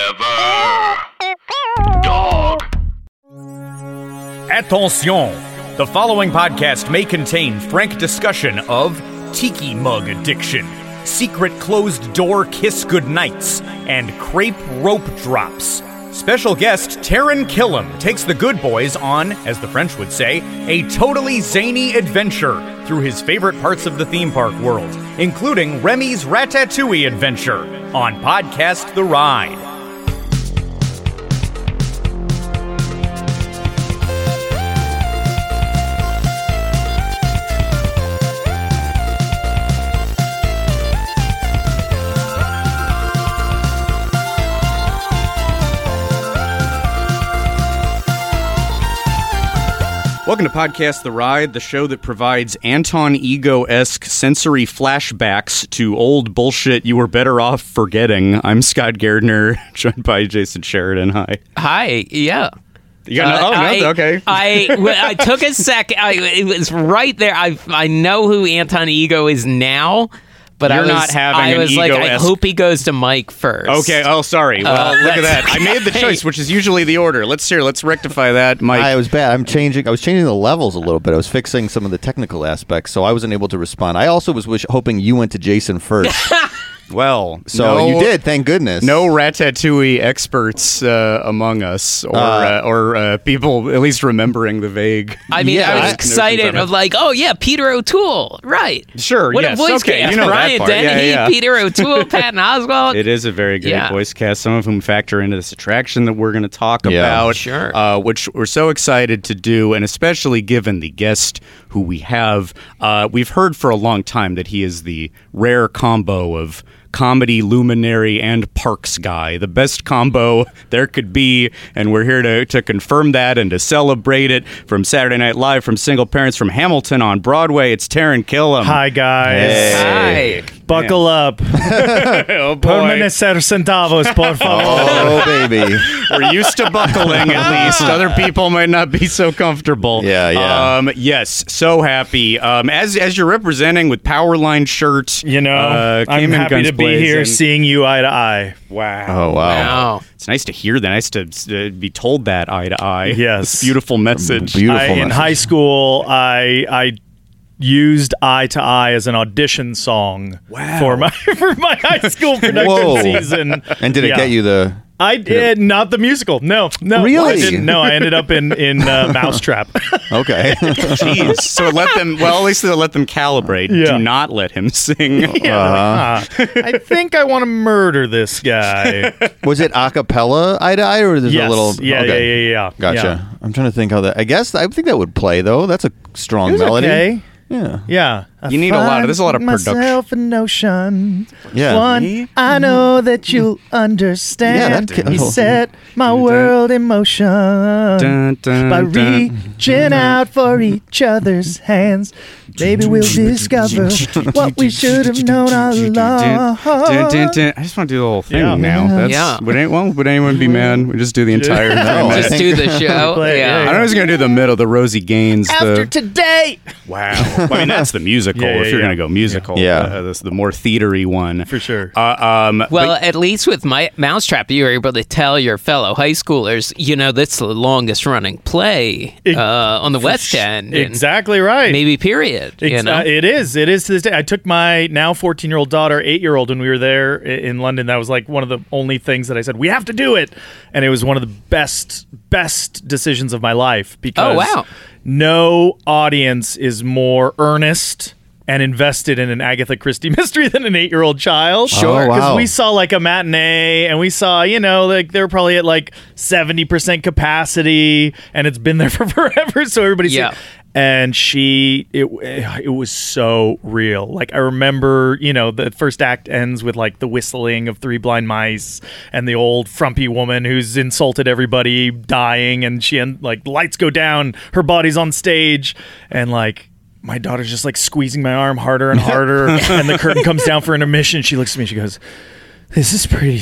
Forever. Dog. Attention! The following podcast may contain frank discussion of tiki mug addiction, secret closed door kiss goodnights, and crepe rope drops. Special guest Taryn Killam takes the good boys on, as the French would say, a totally zany adventure through his favorite parts of the theme park world, including Remy's Ratatouille adventure on Podcast The Ride. Welcome to Podcast The Ride, the show that provides Anton Ego esque sensory flashbacks to old bullshit you were better off forgetting. I'm Scott Gardner, joined by Jason Sheridan. Hi. Hi. Yeah. You got no- Uh, oh, I, no, okay. I, well, I took a sec. I, it was right there. I I know who Anton Ego is now, but I You're was not having I an was like, I ego-esque- hope he goes to Mike first. okay. Oh, sorry. Uh, Well, look at that. that's I made the okay. choice, which is usually the order. Let's hear. Let's rectify that, Mike. I was bad. I'm changing. I was changing the levels a little bit. I was fixing some of the technical aspects, so I wasn't able to respond. I also was wish, hoping you went to Jason first. well, So no- you did. Thank goodness. No Ratatouille experts uh, among us, or uh, or uh, people at least remembering the vague. I mean, Yeah, I was I- excited notions of of it. like, oh yeah, Peter O'Toole, right? Sure, What yes, a voice okay, cast. you know that Brian part. Yeah, Dennehy, yeah. Peter O'Toole, Patton Oswald. It is a very good Yeah. voice cast, some of whom factor into this attraction that we're going to talk Yeah. about, Sure. uh, which we're so excited to do, and especially given the guest who we have. Uh, we've heard for a long time that he is the rare combo of comedy luminary and parks guy, the best combo there could be, and we're here to, to confirm that and to celebrate it from Saturday Night Live, from Single Parents, from Hamilton on Broadway. It's Taryn Killam. Hi guys. Hi. Buckle up. oh boy. Permanecer centavos, por favor. Oh baby. We're used to buckling at Ah. least. Other people might not be so comfortable. Yeah, yeah. Um, yes, so happy. Um, as as you're representing with Powerline shirt, You know, uh, I'm came in happy guns to be here blazing. seeing you eye to eye. Wow. Oh wow. Wow. It's nice to hear that. Nice to uh, be told that eye to eye. Yes. This beautiful message. Beautiful. I, in message. high school, I I used eye to eye as an audition song for my for my high school production Whoa. season. and did it Yeah. get you the? I did not the musical. No, no, Really? I didn't. No, I ended up in in uh, Mousetrap. Okay. Jeez. Uh, so let them. Well, at least they'll let them calibrate. Do Yeah. not let him sing. Uh, Ah, I think I want to murder this guy. was it a cappella eye to eye, or there's yes. a little? yeah, okay. yeah, yeah, yeah. Yeah. Gotcha. I'm trying to think how that. I guess I think that would play though. That's a strong It was melody. okay. Yeah. Yeah, You need a lot of- there's a lot of Find production. myself an ocean. Yeah. One, I know that you'll understand. Yeah, that- oh. you set my world in motion Dun, dun, by dun. reaching out for each other's hands. Maybe we'll discover what we should have known all along. Dun, dun, dun. I just want to do the whole thing Yeah. now. That's, Yeah. Would, any, well, would anyone be mad? We just do the entire thing. I No, I Just think- do the show. Play it, yeah. I know he's gonna do the middle, the Rosie Gaines. the, today, wow, I mean that's the musical. Yeah, yeah, if you're yeah. gonna go musical, Yeah. uh, that's the more theatery one for sure. Uh, um, Well, at least with my Mousetrap, you were able to tell your fellow high schoolers, you know, that's the longest running play Ex- uh, on the West End. and exactly right. Maybe period. It's, you know? uh, it is. It is to this day. I took my now 14 year old daughter, eight year old, when we were there i- in London. That was like one of the only things that I said, we have to do it. And it was one of the best, best decisions of my life because Oh, wow. no audience is more earnest and invested in an Agatha Christie mystery than an eight year old child. Sure. Oh, wow. we saw like a matinee and we saw, you know, like they're probably at like 70% capacity and it's been there for forever. So everybody's Yeah. and she it it was so real like i remember you know the first act ends with like the whistling of three blind mice and the old frumpy woman who's insulted everybody dying and she and like the lights go down her body's on stage and like my daughter's just like squeezing my arm harder and harder and the curtain comes down for intermission she looks at me she goes this is pretty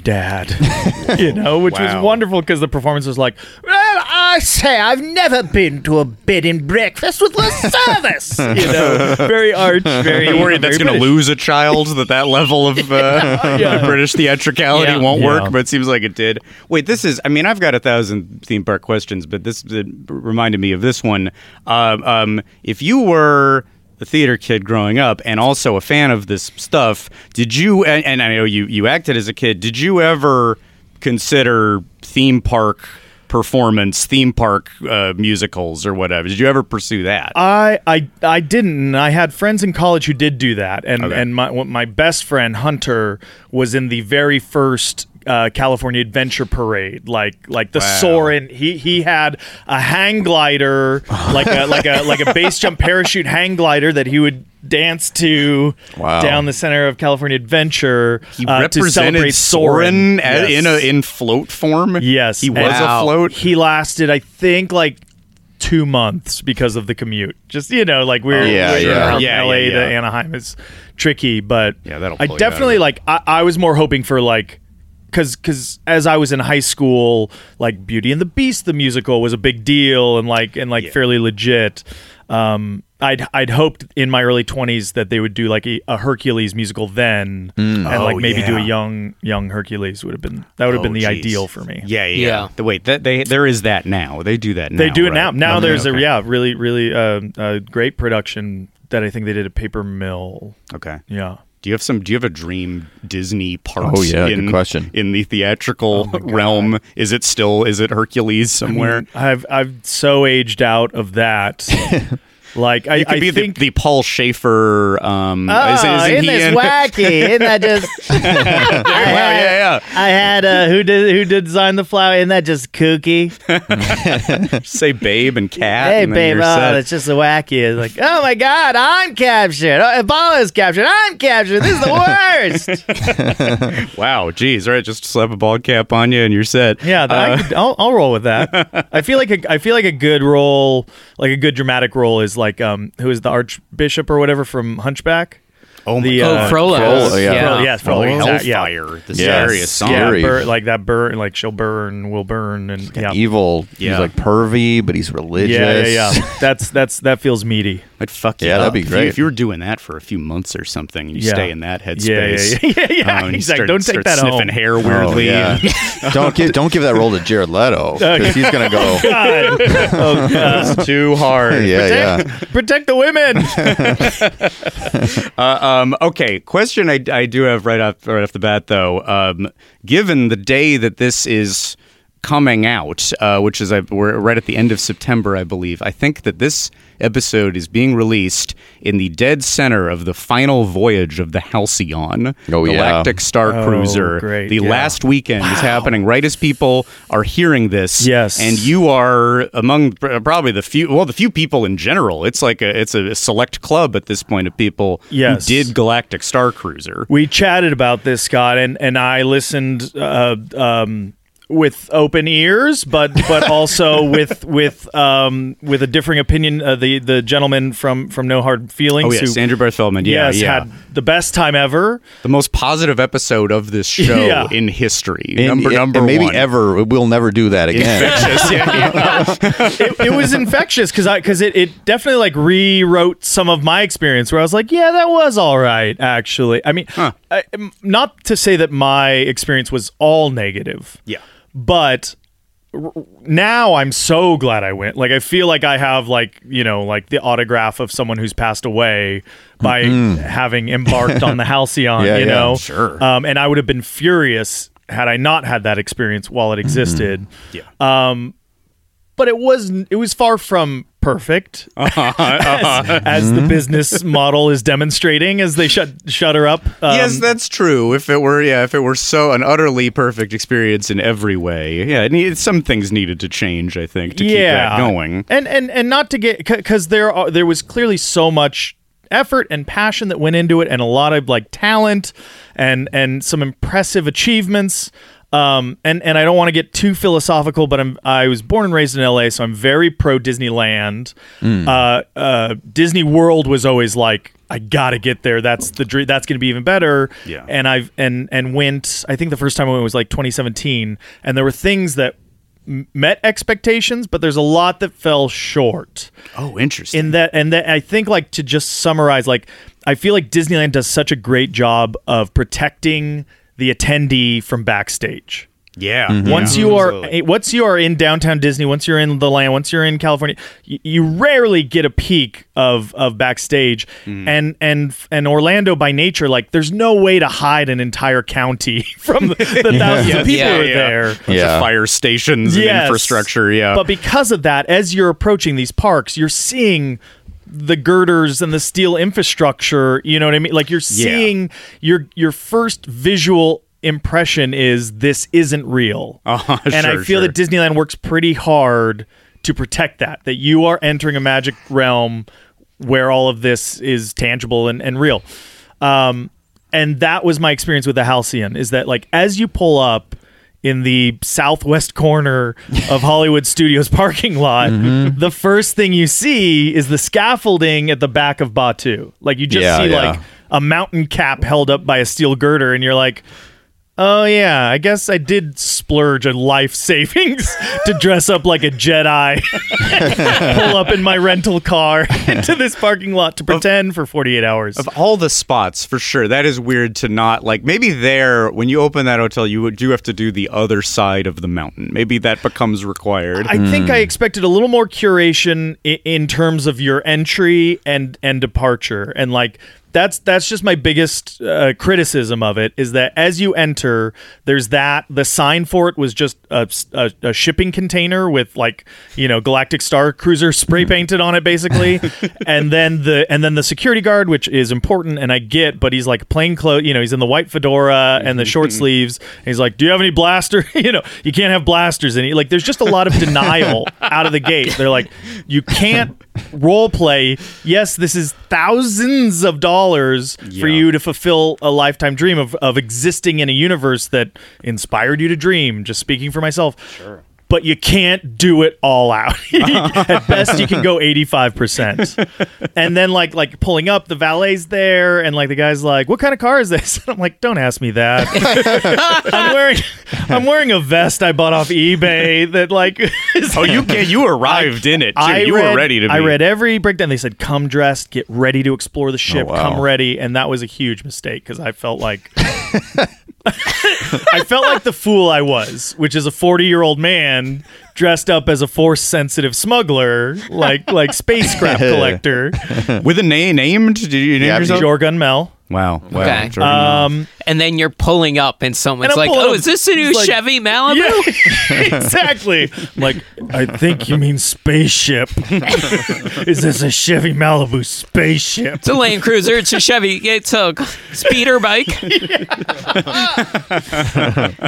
Dad. you know, which Wow. was wonderful because the performance was like, well, I say, I've never been to a bed and breakfast with less service. you know, very arch, very. You worried that's very going to British. lose a child? That that level of uh, British theatricality Yeah. won't Yeah. work, but it seems like it did. Wait, this is. I mean, I've got a thousand theme park questions, but this uh, reminded me of this one. Um, um, if you were a theater kid growing up and also a fan of this stuff, did you? And, and I know you you acted as a kid. Did you ever consider theme park? Performance, theme park uh, musicals, or whatever. Did you ever pursue that? I, I I didn't. I had friends in college who did do that, and Okay. and my my best friend Hunter was in the very first. Uh, California Adventure Parade, like like the Soarin', he he had a hang glider, like a like a like a base jump parachute hang glider that he would dance to Wow. down the center of California Adventure He uh, to represented celebrate Soren Soarin' at- in a Yes. in float form. Yes, he was and a float. He lasted, I think, like two months because of the commute. Just you know, like we're yeah, we're yeah. from Yeah, LA yeah, to yeah. Anaheim is tricky, but Yeah, that'll I pull you out of definitely it. like I, I was more hoping for like. Cause, cause, as I was in high school, like Beauty and the Beast, the musical was a big deal, and like, and like fairly legit. Um, I'd, I'd hoped in my early twenties that they would do like a, a Hercules musical then, and like Oh, maybe do a yeah. Oh, young, young Hercules would have been that would have been the geez. ideal for me. Yeah, yeah. Yeah. yeah. The- Wait, that they there is that now. They do that. now. They do it right? now. Now Okay, there's a okay. yeah, really, really um, uh, great production that I think they did at Paper Mill. Okay. Yeah. Do you have some? Do you have a dream Disney parks? Oh, yeah, good in, question. In the theatrical realm, is it still? Is it Hercules somewhere? I've I've so aged out of that. like I, It could I be think the, the Paul Schaefer. Um, is, isn't he in- wacky? Isn't that just? wow, yeah, yeah. I had uh, who did who did design the flower? Isn't that just kooky? Say babe uh, and cat. and then you're set. oh, just the wacky. It's like, oh my god, I'm captured. Oh, Ebola's captured. I'm captured. This is the worst. wow, geez, all right, just slap a bald cap on you and you're set. Yeah, that, Uh, I could, I'll, I'll roll with that. I feel like a, I feel like a good role, like a good dramatic role, is like um, who is the Archbishop or whatever from Hunchback? Oh my The, God. Oh, uh, Frollo. Frollo, yeah. Frollo, yes, Frollo, Frollo. exact- yeah. Hellfire, the Oh, Yeah. scariest song. Yeah, Scary. bur- like that burn, like she'll burn, will burn, and yeah, Evil. Yeah. He's like pervy, but he's yeah, religious. yeah, yeah. That's that's that feels meaty. I'd fuck you Yeah, that'd up. be If you- great. If you were doing that for a few months or something, you Yeah. stay in that Yeah, yeah, headspace. Oh, yeah, yeah, yeah, and you exact. start- Don't take start that sniffing home. hair Oh, weirdly. yeah. don't give don't give that role to Jared Leto because he's gonna go. God. Oh, God. It's too hard. Yeah, yeah. Protect the women. Um, okay, question I, I do have right off right off the bat though. Um, given the day that this is coming out, uh, which is I, we're right at the end of September, I believe. I think that this episode is being released in the dead center of the final voyage of the Halcyon Oh, yeah. Galactic Star Cruiser. Oh, great, the yeah. last weekend is happening right as people are hearing this. Yes. and you are among pr- probably the few. Well, the few people in general. It's like a it's a select club at this point of people Yes. who did Galactic Star Cruiser. We chatted about this, Scott, and and I listened uh, um, with open ears, but but also with with um, with a differing opinion. Uh, the the gentleman from from No Hard Feelings, Oh yes, who Andrew Barth Feldman. Yeah, yes yeah. had the best time ever. the most positive episode of this show Yeah. in history. And- number and number maybe one. ever we'll never do that again. Infectious, yeah, yeah. It, it was infectious because I because it, it definitely like rewrote some of my experience where I was like, yeah, that was all right actually. I mean, I, m- not to say that my experience was all negative. Yeah. but r- now I'm so glad I went. Like I feel like I have like you know like the autograph of someone who's passed away by having embarked on the Halcyon. Mm-hmm. Yeah, you yeah, know, sure. Um, and I would have been furious had I not had that experience while Mm-hmm. it existed. Yeah. Um, But it was it was far from perfect, Uh-huh, as, as Mm-hmm. the business model is demonstrating as they shut shut her up. Um, yes, that's true. If it were, yeah, if it were so an utterly perfect experience in every way, yeah, it needed, some things needed to change. I think to keep that going. And and and not to get because there are there was clearly so much effort and passion that went into it, and a lot of like talent and and some impressive achievements. Um, and and I don't want to get too philosophical, but I'm I was born and raised in L.A., Hmm. so I'm very pro Disneyland. Uh, uh, Disney World was always like I gotta get there. That's the dream. That's gonna be even better. Yeah. And I've and and went. I think the first time I went was like 2017, and there were things that m- met expectations, but there's a lot that fell short. Oh, interesting. In that, and that I think, like to just summarize, like I feel like Disneyland does such a great job of protecting the attendee from backstage. yeah. Once you are once you are in downtown Disney, once you're in the land, once you're in California, you, you rarely get a peek of of backstage. Mm. And and and Orlando by nature, like there's no way to hide an entire county from the, the thousands of people Yeah, who are yeah. there. Bunch Yeah. of fire stations and Yes. infrastructure. Yeah. But because of that, as you're approaching these parks, you're seeing the girders and the steel infrastructure, you know what I mean? Like you're seeing your your first visual impression is this isn't real. Uh-huh, and I sure, feel sure. that Disneyland works pretty hard to protect that that you are entering a magic realm where all of this is tangible and, and real. Um, and that was my experience with the Halcyon is that like as you pull up in the southwest corner of Hollywood Studios parking lot, Mm-hmm. the first thing you see is the scaffolding at the back of Batu. Like you just Yeah, see yeah. like a mountain cap held up by a steel girder and you're like Oh yeah, I guess I did splurge a life savings to dress up like a Jedi, pull up in my rental car into this parking lot to pretend for 48 hours. Of all the spots, for sure, that is weird to not like. Maybe there, when you open that hotel, you would- do have to do the other side of the mountain. Maybe that becomes required. I think I expected a little more curation in, in terms of your entry and and departure, and like that's that's just my biggest uh, criticism of it is that as you enter, there's that the sign for it was just a, s- a- a shipping container with like you know Galactic Star Cruiser spray painted on it basically, and then the and then the security guard, which is important, and I get, but he's like plain clothes, you know, he's in the white fedora and the short sleeves. And he's like, "Do you have any blaster? you know, you can't have blasters." And he, like, there's just a lot of denial out of the gate. They're like, "You can't role play. Yes, this is thousands of dollars for you to fulfill a lifetime dream of of existing in a universe that inspired you to dream." Just speaking for myself. Sure. But you can't do it all out. At best, you can go eighty-five percent, and then like like pulling up, the valet's there, and like the guy's like, "What kind of car is this?" And I'm like, "Don't ask me that." I'm wearing I'm wearing a vest I bought off eBay that like is oh, you get you arrived in it. Too. I you read, were ready to. Be. I read every breakdown. They said, "Come dressed, get ready to explore the ship, Oh, wow. come ready," and that was a huge mistake because I felt like I felt like the fool I was, which is a forty-year-old man dressed up as a force-sensitive smuggler, like like spacecraft collector, with a name named. Did you name Yeah, yourself? Jorgun Mel. Wow. Wow. Okay. Jordan. Uh, Um, and then you're pulling up, and someone's I'm like, pulling "Oh, up. is this a new It's like- Chevy Malibu?" Yeah, exactly. Mm. I'm like, I think you mean spaceship. Is this a Chevy Malibu spaceship? It's a Land Cruiser. It's a Chevy. It's a speeder bike.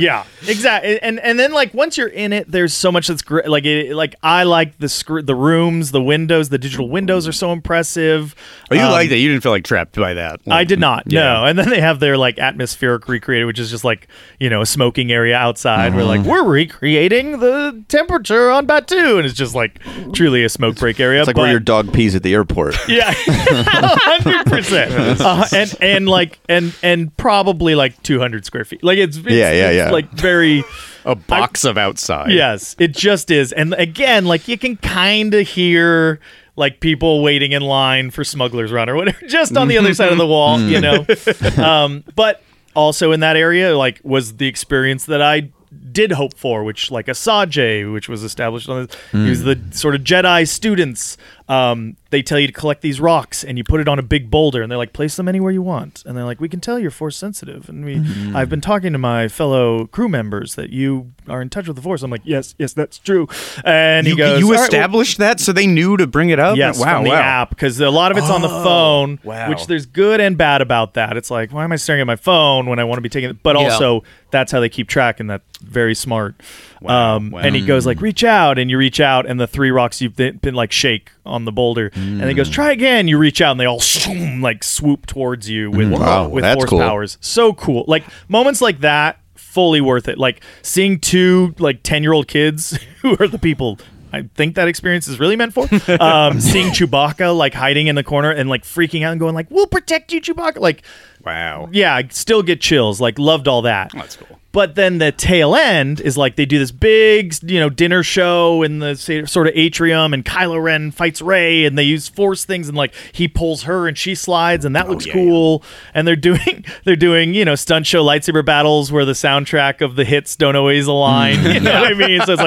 yeah, exactly. And and then like once you're in it, there's so much that's great. Like it, like I like the scr- the rooms, the windows, the digital windows are so impressive. oh, you Um, like that? You didn't feel like trapped by that. I did not. Yeah. No. And then they have their like atmospheric recreated, which is just like, you know, a smoking area outside. We're Mm-hmm. like, we're recreating the temperature on Batu. And it's just like truly a smoke break area. It's like but- where your dog pees at the airport. yeah, hundred percent. Uh, And and like and and probably like two hundred square feet. Like it's, it's Yeah, yeah, it's, yeah. Like very. A box of outside. Yes, it just is. And again, like you can kind of hear like people waiting in line for Smuggler's Run or whatever, just on the other side of the wall, you Mm-hmm. know. um, but also in that area, like was the experience that I did hope for, which like Asajj, which was established on this, he was Hmm. the sort of Jedi students. Um, they tell you to collect these rocks and you put it on a big boulder and they're like, place them anywhere you want. And they're like, we can tell you're force sensitive. And we, Hmm. I've been talking to my fellow crew members that you are in touch with the force. I'm like, yes, yes, that's true. And You, he goes, you "All right, well, established that so they knew to bring it up. Yes, Wow. from the wow. Oh, app because a lot of it's on the phone, wow. which there's good and bad about that. It's like, why am I staring at my phone when I want to be taking? But Yeah. also, that's how they keep track, and that's very smart. Wow, Um, wow. And he goes like, reach out, and you reach out, and the three rocks you've been, been, like shake on the boulder, and he Mm. goes try again. You reach out, and they all shoom, like swoop towards you Mm. with Wow, with that's force cool. powers. So cool, like moments like that. Fully worth it. Like seeing two like ten year old kids who are the people I think that experience is really meant for. Um, seeing Chewbacca like hiding in the corner and like freaking out and going like, "We'll protect you, Chewbacca!" Like, Wow. yeah, I still get chills. Like, loved all that. That's cool. But then the tail end is like they do this big, you know, dinner show in the sa- sort of atrium, and Kylo Ren fights Rey, and they use force things, and like he pulls her, and she slides, and that looks Oh, yeah, cool. And they're doing they're doing you know stunt show lightsaber battles where the soundtrack of the hits don't always align. Mm. you know what I mean? So it's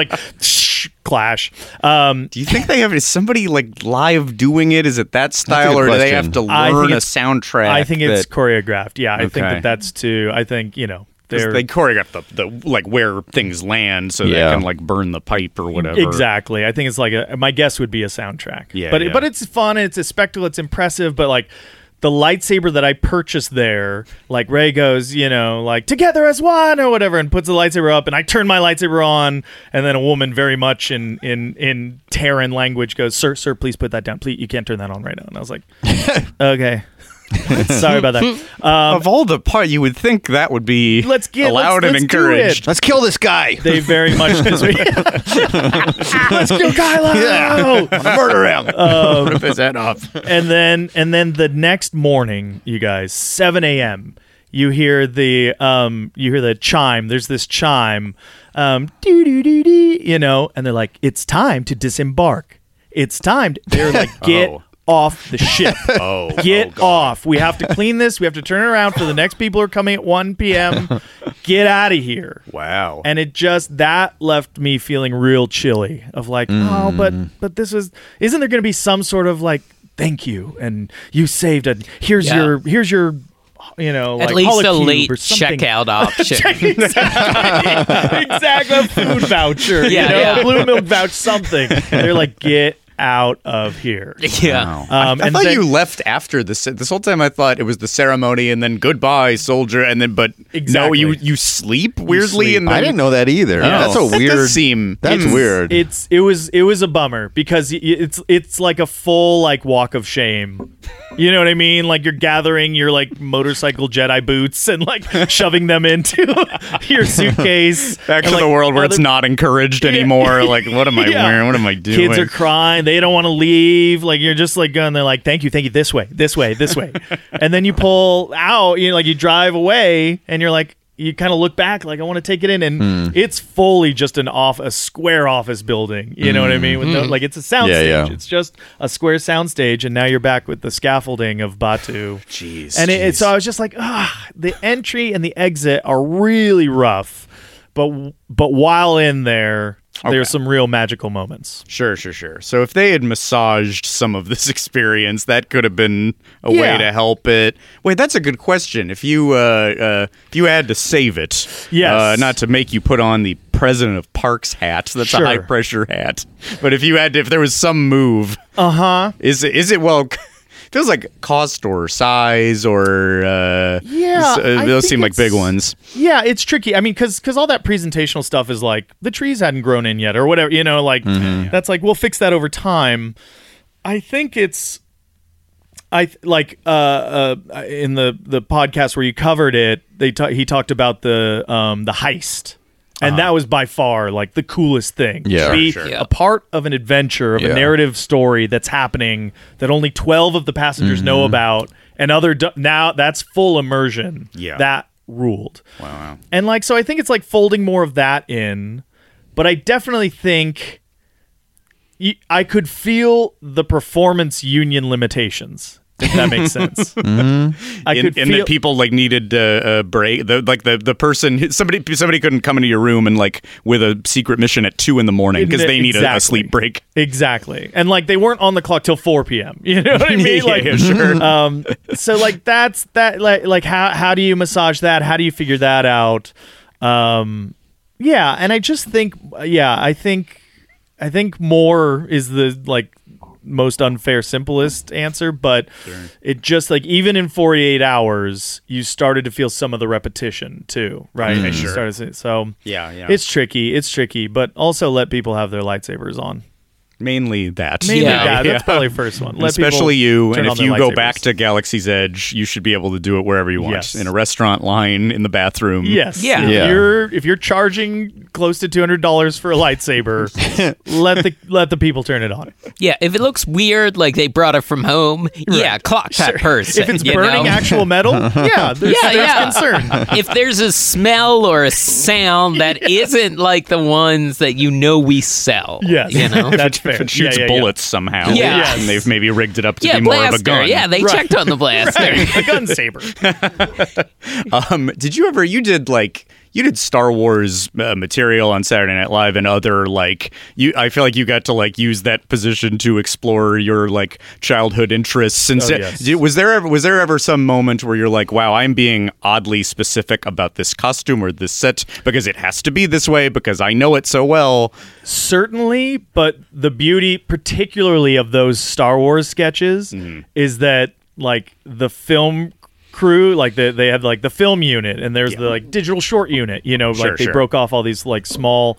like clash. Um, Do you think they have is somebody like live doing it? Is it that style, or do they have to I think learn a it's- soundtrack? I think it's that- choreographed. Yeah, I think Okay. that that's too. I think you know 'cause they're they choreograph the, the like where things land so Yeah. they can like burn the pipe or whatever. Exactly. I think it's like a, my guess would be a soundtrack. Yeah, But yeah. but it's fun and it's a spectacle. It's impressive. But like the lightsaber that I purchased there, like Ray goes, you know, like together as one or whatever, and puts the lightsaber up, and I turn my lightsaber on, and then a woman very much in in in Terran language goes, sir, sir, please put that down. Please, you can't turn that on right now. And I was like, okay. Sorry about that. of all the part, you would think that would be Let's get allowed and let's- let's do it. encouraged. Let's kill this guy. They very much just Let's go, Kylo. Murder him. Uh, Rip his head off. and then and then the next morning, you guys, seven a.m. You hear the um, you hear the chime. There's this chime, um, doo doo doo doo, you know, and they're like, "It's time to disembark. It's time." To, they're like, "Get Oh. off the ship. Oh, Get off. We have to clean this. We have to turn it around for the next people who are coming at one p.m. Get out of here." wow. and it just that left me feeling real chilly of like Mm. oh but but this was isn't there going to be some sort of like thank you and you saved and here's Yeah. your here's your you know At like least a Holocube late or something. checkout option. exactly, exactly a food voucher Yeah, you know yeah. a blue milk voucher something they're like get out of here yeah. um, I thought then- you left after this. This whole time, I thought it was the ceremony, and then goodbye, soldier, and then but no, Exactly. you you sleep weirdly, sleep. and then, I didn't know that either. That's a That does weird. seem- That's it's- weird. It's it was it was a bummer because y- y- it's it's like a full like walk of shame. You know what I mean? Like you're gathering your like motorcycle Jedi boots and like shoving them into your suitcase. Back to And, like, the world where it's other- not encouraged anymore. like, what am I Yeah. wearing? What am I doing? Kids are crying. They don't want to leave. Like you're just like going. They're like, "Thank you, thank you." This way, this way, this way. and then you pull out. You know, like you drive away, and you're like, you kind of look back, like I want to take it in, and Hmm. it's fully just an off a square office building. You know what I Hmm. mean? With no, like it's a sound Yeah, stage. yeah. It's just a square sound stage, and now you're back with the scaffolding of Batu. Jeez, And it, it- jeez. so I was just like, ah, the entry and the exit are really rough. But but while in there, there's some real magical moments. Sure, sure, sure. So if they had massaged some of this experience, that could have been a Yeah. way to help it. Wait, that's a good question. If you uh, uh, if you had to save it, Yes. uh, not to make you put on the president of Parks hat. That's Sure. a high pressure hat. But if you had, to, if there was some move, uh Uh-huh. huh. Is it is it well? Feels like cost or size or uh, Yeah, s- uh, I those think seem like big it's- ones. Yeah, it's tricky. I mean, because all that presentational stuff is like the trees hadn't grown in yet, or whatever. You know, like Mm-hmm. that's like we'll fix that over time. I think it's, I th- like uh, uh in the the podcast where you covered it, they ta- he talked about the um the heist. And that was by far like the coolest thing. Uh-huh. Yeah. To Sure, be sure. Yeah. a part of an adventure, of a Yeah. narrative story that's happening that only twelve of the passengers know Mm-hmm. about, and other d- now that's full immersion. Yeah. that ruled. Wow. And like, so I think it's like folding more of that in, but I definitely think y- I could feel the performance union limitations. If that makes sense, I and, could and feel. that people like needed a, a break. The, like the the person somebody somebody couldn't come into your room and like with a secret mission at two in the morning because they need a, Exactly. a sleep break. Exactly. And like they weren't on the clock till 4 p.m. You know what I mean? Yeah, Like yeah, sure. um so like that's that like like how how do you massage that? How do you figure that out? Um yeah, and I just think yeah, I think I think more is the like most unfair simplest answer, but it just like even in 48 hours you started to feel some of the repetition too, right? And you started to see- so Mm. Yeah, yeah. It's tricky, it's tricky, but also let people have their lightsabers on. mainly that. Mainly Yeah. that. That's probably first one. And Let people especially you, turn and on if their you go lightsabers. back to Galaxy's Edge, you should be able to do it wherever you want. Yes. In a restaurant line, in the bathroom. Yes. Yeah. If Yeah. you're if you're charging close to two hundred dollars for a lightsaber, let the let the people turn it on. Yeah, if it looks weird, like they brought it from home, yeah, clock that person. If it's you burning know? actual metal, yeah, there's, Yeah, there's yeah. concern. if there's a smell or a sound that not like the ones that you know we sell, Yes. you know, That's fair. If it shoots yeah, yeah, yeah. bullets somehow, Yeah. Yes. and they've maybe rigged it up to yeah, be more blaster. of a gun. Yeah, they Right. checked on the blaster. Right. A gun saber. Um, did you ever? You did like you did Star Wars uh, material on Saturday Night Live and other like you. I feel like you got to like use that position to explore your like childhood interests. And sa- yes. did- was there ever was there ever some moment where you're like, wow, I'm being oddly specific about this costume or this set because it has to be this way because I know it so well. Certainly, but the beauty, particularly of those Star Wars sketches, Mm-hmm. is that like the film crew, like the, they have like the film unit, and there's the like digital short unit. You know, like Sure, they sure. broke off all these like small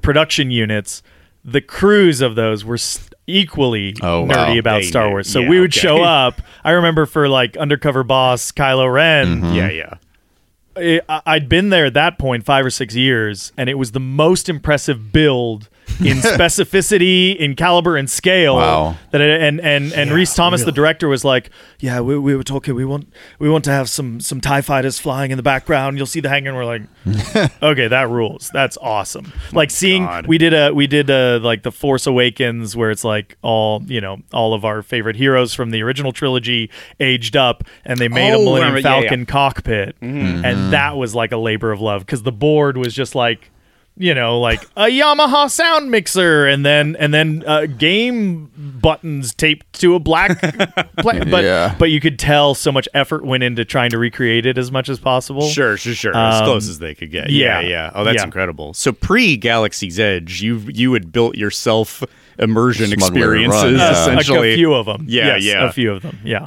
production units. The crews of those were s equally Oh, wow. nerdy about They Star knew. Wars. So Yeah, we would okay. show up. I remember for like undercover boss Kylo Ren. Yeah, yeah. I- I'd been there at that point five or six years, and it was the most impressive build in specificity, in caliber, and scale. Wow. That I, and and and Reese Thomas, the director, was like, "Yeah, we, we were talking. We want we want to have some some Tie Fighters flying in the background. You'll see the hangar." And we're like, "Okay, that rules. That's awesome." like seeing Oh God. we did a we did a like the Force Awakens where it's like all you know all of our favorite heroes from the original trilogy aged up, and they made a Oh, Millennium remember- yeah, Falcon yeah. cockpit Mm-hmm. and that was like a labor of love because the board was just like you know like a yamaha sound mixer and then and then uh, game buttons taped to a black pla- but Yeah. but you could tell so much effort went into trying to recreate it as much as possible Sure, sure, sure. as close as they could get. Yeah, Um, yeah, yeah. Oh, that's yeah. incredible. So pre Galaxy's Edge, you you had built yourself immersion Smuggler Run, experiences yeah. Uh, like essentially. a few of them Yeah, yes, yeah. a few of them yeah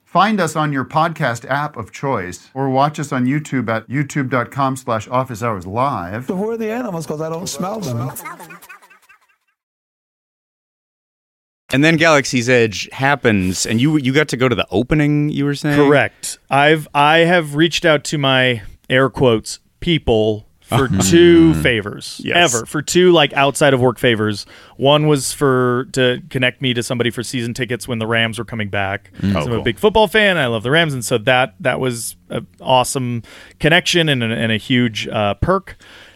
Find us on your podcast app of choice or watch us on YouTube at youtube.com slash office hours live. Who are the animals? Because I don't smell them. And then Galaxy's Edge happens, and you you got to go to the opening. You were saying Correct. I've I have reached out to my air quotes people for Mm-hmm. two favors Yes. ever for two like outside of work favors. One was for to connect me to somebody for season tickets when the Rams were coming back. Mm. Oh, So I'm a cool. big football fan. I love the Rams, and so that that was an awesome connection and, a- and a huge uh, perk.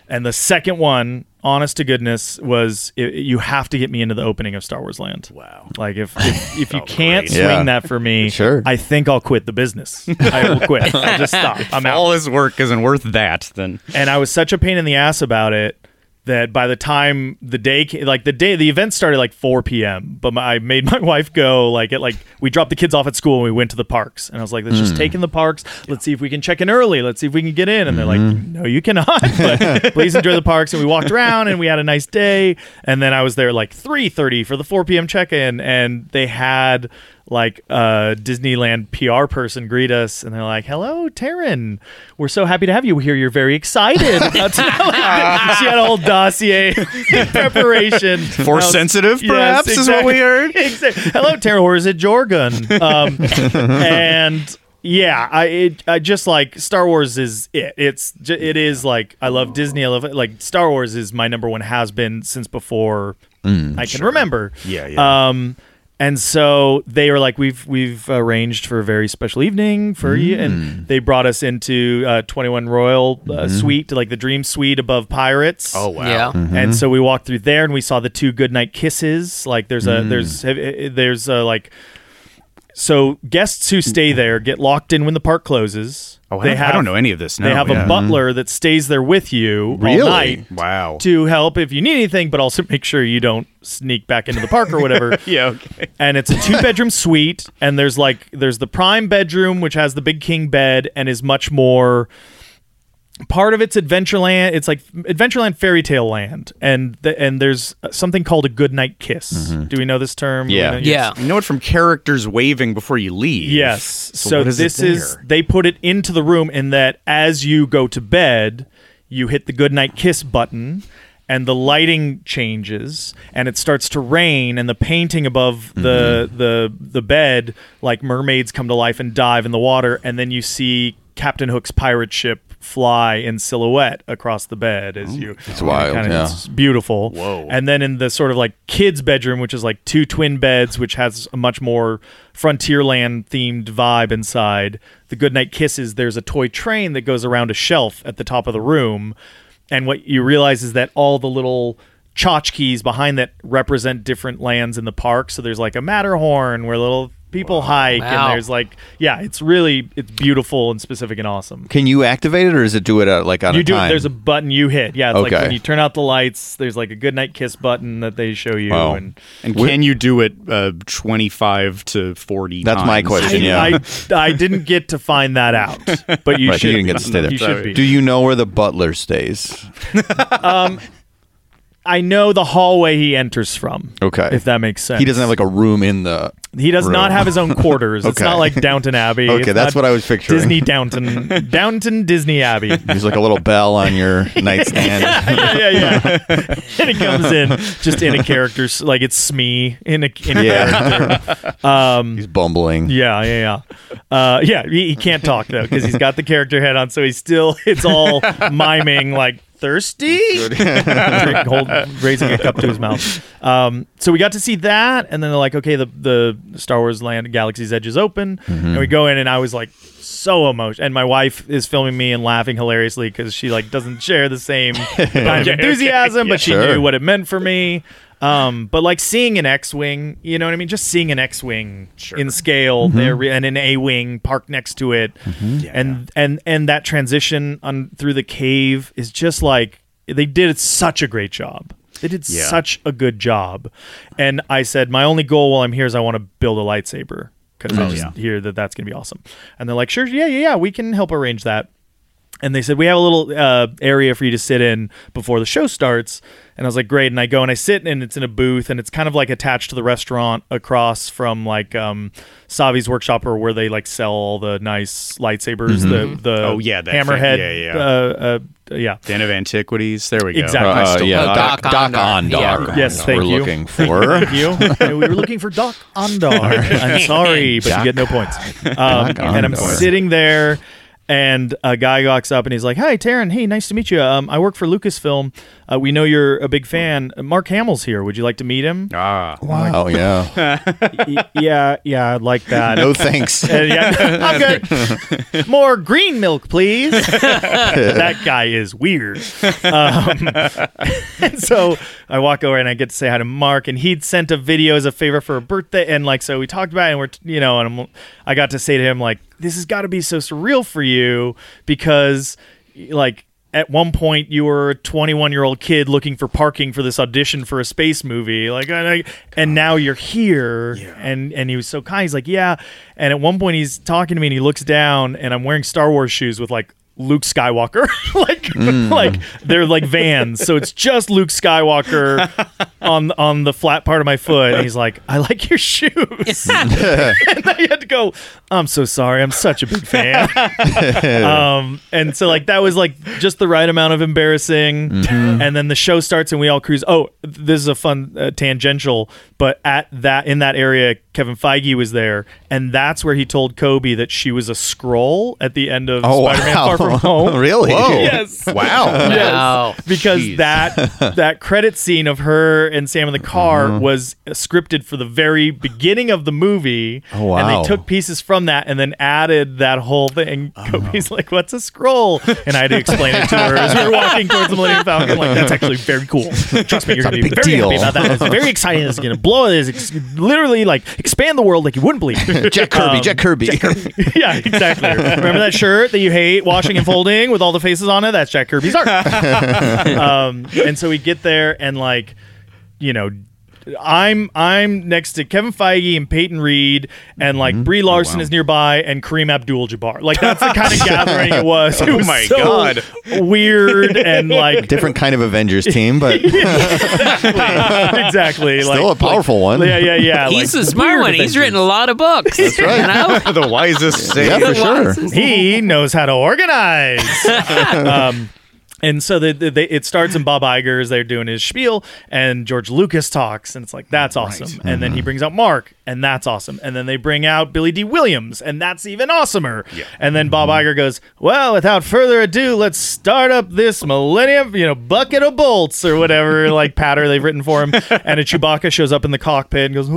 And the second one. Honest to goodness, was i you have to get me into the opening of Star Wars Land. Wow! Like if if, if you can't swing Yeah. that for me, Sure. I think I'll quit the business. I will quit. I'll just stop. I'm out. All this work isn't worth that. Then And I was such a pain in the ass about it that by the time the day, ca- like the day, the event started like 4 p.m. But my, I made my wife go like at like we dropped the kids off at school and we went to the parks. And I was like, let's just take in the parks. Let's see if we can check in early. Let's see if we can get in. And they're like, no, you cannot. But please enjoy the parks. And we walked around and we had a nice day. And then I was there like 3:30 for the 4 p.m. check-in, and they had like a Disneyland PR person greet us, and they're like, "Hello, Taryn. We're so happy to have you here. You're very excited." about tonight." Like, she had a whole dossier in preparation. Force I was- sensitive, perhaps, is what we heard? Exactly. Hello, Taryn. Or is it Jorgun? Um, and yeah, I it, I just like Star Wars is it. It's ju- it is like I love Disney. I love it. like Star Wars is my number one has been since before I can remember. Mm, Yeah, yeah. Um, and so they were like, we've we've arranged for a very special evening for you, and they brought us into uh, Twenty One Royal uh, Suite, like the Dream Suite above Pirates. oh wow, Yeah. And so we walked through eh, there, and we saw the two goodnight kisses. Like there's a there's there's a like So guests who stay there get locked in when the park closes. Oh, I don't- I don't know any of this They now, have yeah. a butler that stays there with you all Really? night Wow. to help if you need anything, but also make sure you don't sneak back into the park or whatever. Yeah, okay. And it's a two bedroom suite, and there's like there's the prime bedroom which has the big king bed and is much more. Part of it's Adventureland. It's like Adventureland fairy tale land, and the, and there's something called a goodnight kiss. Do we know this term? Yeah. We know- Yeah. You know it from characters waving before you leave. Yes. So So, what is it this is there? they put it into the room in that as you go to bed, you hit the goodnight kiss button and the lighting changes and it starts to rain and the painting above the Mm-hmm. the the bed like mermaids come to life and dive in the water and then you see Captain Hook's pirate ship fly in silhouette across the bed as you it's wild, yeah. it's beautiful. Whoa. And then in the sort of like kids' bedroom, which is like two twin beds, which has a much more frontierland themed vibe inside, the Goodnight Kisses, there's a toy train that goes around a shelf at the top of the room. And what you realize is that all the little tchotchkes behind that represent different lands in the park. So there's like a Matterhorn where little people hike Wow. and there's like yeah, it's really it's beautiful and specific and awesome. Can you activate it, or is it do it uh, like on You a do. time? There's a button you hit. Yeah, it's like Okay. when you turn out the lights. There's like a goodnight kiss button that they show you. Wow. And And can you do it uh, 25 to 40 That's my times? question. Yeah. I, I didn't get to find that out, but you Right, should. you didn't be. get to stay there. You should be. Do you know where the butler stays? I know the hallway he enters from. Okay. if that makes sense. He doesn't have like a room in the. He does not room. have his own quarters. It's Okay. not like Downton Abbey. Okay, It's that's not what I was picturing. Disney Downton, Downton Disney Abbey. There's like a little bell on your nightstand. yeah, yeah, yeah. and it comes in just in a character, like it's Smee in a, in a yeah. He's bumbling. Yeah, yeah, yeah. Uh, yeah, he, he can't talk though because he's got the character head on, so he's still it's all miming like thirsty, Drink- hold, raising a cup to his mouth. Um, so we got to see that, and then they're like, okay, the the Star Wars Land Galaxy's Edge is open, and we go in, and I was like so emotional, and my wife is filming me and laughing hilariously because she like doesn't share the same kind of enthusiasm, but she Sure. knew what it meant for me. Um, but like seeing an X-wing, you know what I mean? Just seeing an X-wing in scale there and an A-wing parked next to it, and and and that transition on through the cave is just like they did such a great job. They did such a good job, and I said my only goal while I'm here is I want to build a lightsaber because I just hear that that's gonna be awesome. And they're like, sure, yeah, yeah, yeah, we can help arrange that and they said we have a little uh, area for you to sit in before the show starts and i was like great and i go and i sit and it's in a booth and it's kind of like attached to the restaurant across from like um, savi's workshop or where they like sell all the nice lightsabers the, the Oh, yeah, that thing. hammerhead Yeah, yeah. Uh, uh, yeah Den of Antiquities. There we go. Exactly. I still Uh, yeah, have it. Doc, Doc Doc Ondar. Ondar. Yeah. Yes, thank we're you. looking for. Thank you. And we were looking for Doc Ondar. I'm sorry, but you get no points. Um, and I'm Ondar. sitting there, and a guy walks up and he's like, "Hi, Taryn. Hey, nice to meet you. Um, I work for Lucasfilm. Uh, we know you're a big fan. Mark Hamill's here. Would you like to meet him? Ah. Wow. Yeah. Y- yeah, yeah, I'd like that. No thanks. And yeah, I'm good. More green milk, please. that guy is weird. Um, and so I walk over and I get to say hi to Mark, and he'd sent a video as a favor for a birthday, and like so we talked about it, and we're you know, and I'm, I got to say to him like, this has got to be so surreal for you because like. At one point, you were a 21 year old kid looking for parking for this audition for a space movie, like, and, I, and now you're here. And and he was so kind. He's like, yeah. And at one point, he's talking to me, and he looks down, and I'm wearing Star Wars shoes with like Luke Skywalker. like Mm. like they're like vans, so it's just Luke Skywalker on on the flat part of my foot. And he's like, "I like your shoes." and I had to go, "I'm so sorry. I'm such a big fan." um, and so like that was like just the right amount of embarrassing. Mm-hmm. And then the show starts and we all cruise. Oh, this is a fun uh, tangential, but at that in that area, Kevin Feige was there, and that's where he told Kobe that she was a scroll at the end of Oh, Spider-Man wow. Far From Home. really? Yes Wow. Wow. because that that credit scene of her and Sam in the Car Mm-hmm. was scripted for the very beginning of the movie. Oh, And wow. they took pieces from that and then added that whole thing. Oh. Kobe's like, "What's a scroll?" And I had to explain it to her as we were walking towards the Millennium Falcon. Like, that's actually very cool. Trust me, you're gonna be big very happy deal. about that. It's very exciting. It's gonna blow. It's ex- literally like expand the world like you wouldn't believe. Jack Kirby, Um, Jack Kirby. yeah, exactly. Remember that shirt that you hate washing and folding with all the faces on it? That's Jack Kirby's art. um, and so we get there and like, you know, I'm I'm next to Kevin Feige and Peyton Reed and like Brie Larson is nearby and Kareem Abdul-Jabbar. Like that's the kind of gathering it was. It was my so God. weird and like Different kind of Avengers team, but exactly still a like powerful one. yeah yeah yeah. He's like, a smart one. He's written a lot of books. That's right. Oh. the wisest Yeah, for sure. he knows how to organize. um, and so they, they, they- it starts and Bob Iger's they're doing his spiel and George Lucas talks and it's like that's awesome. And then he brings out Mark and that's awesome. And then they bring out Billy D. Williams and that's even awesomer. And then Bob Iger goes, well, without further ado, let's start up this millennium, you know, bucket of bolts or whatever like patter they've written for him. And a Chewbacca shows up in the cockpit and goes,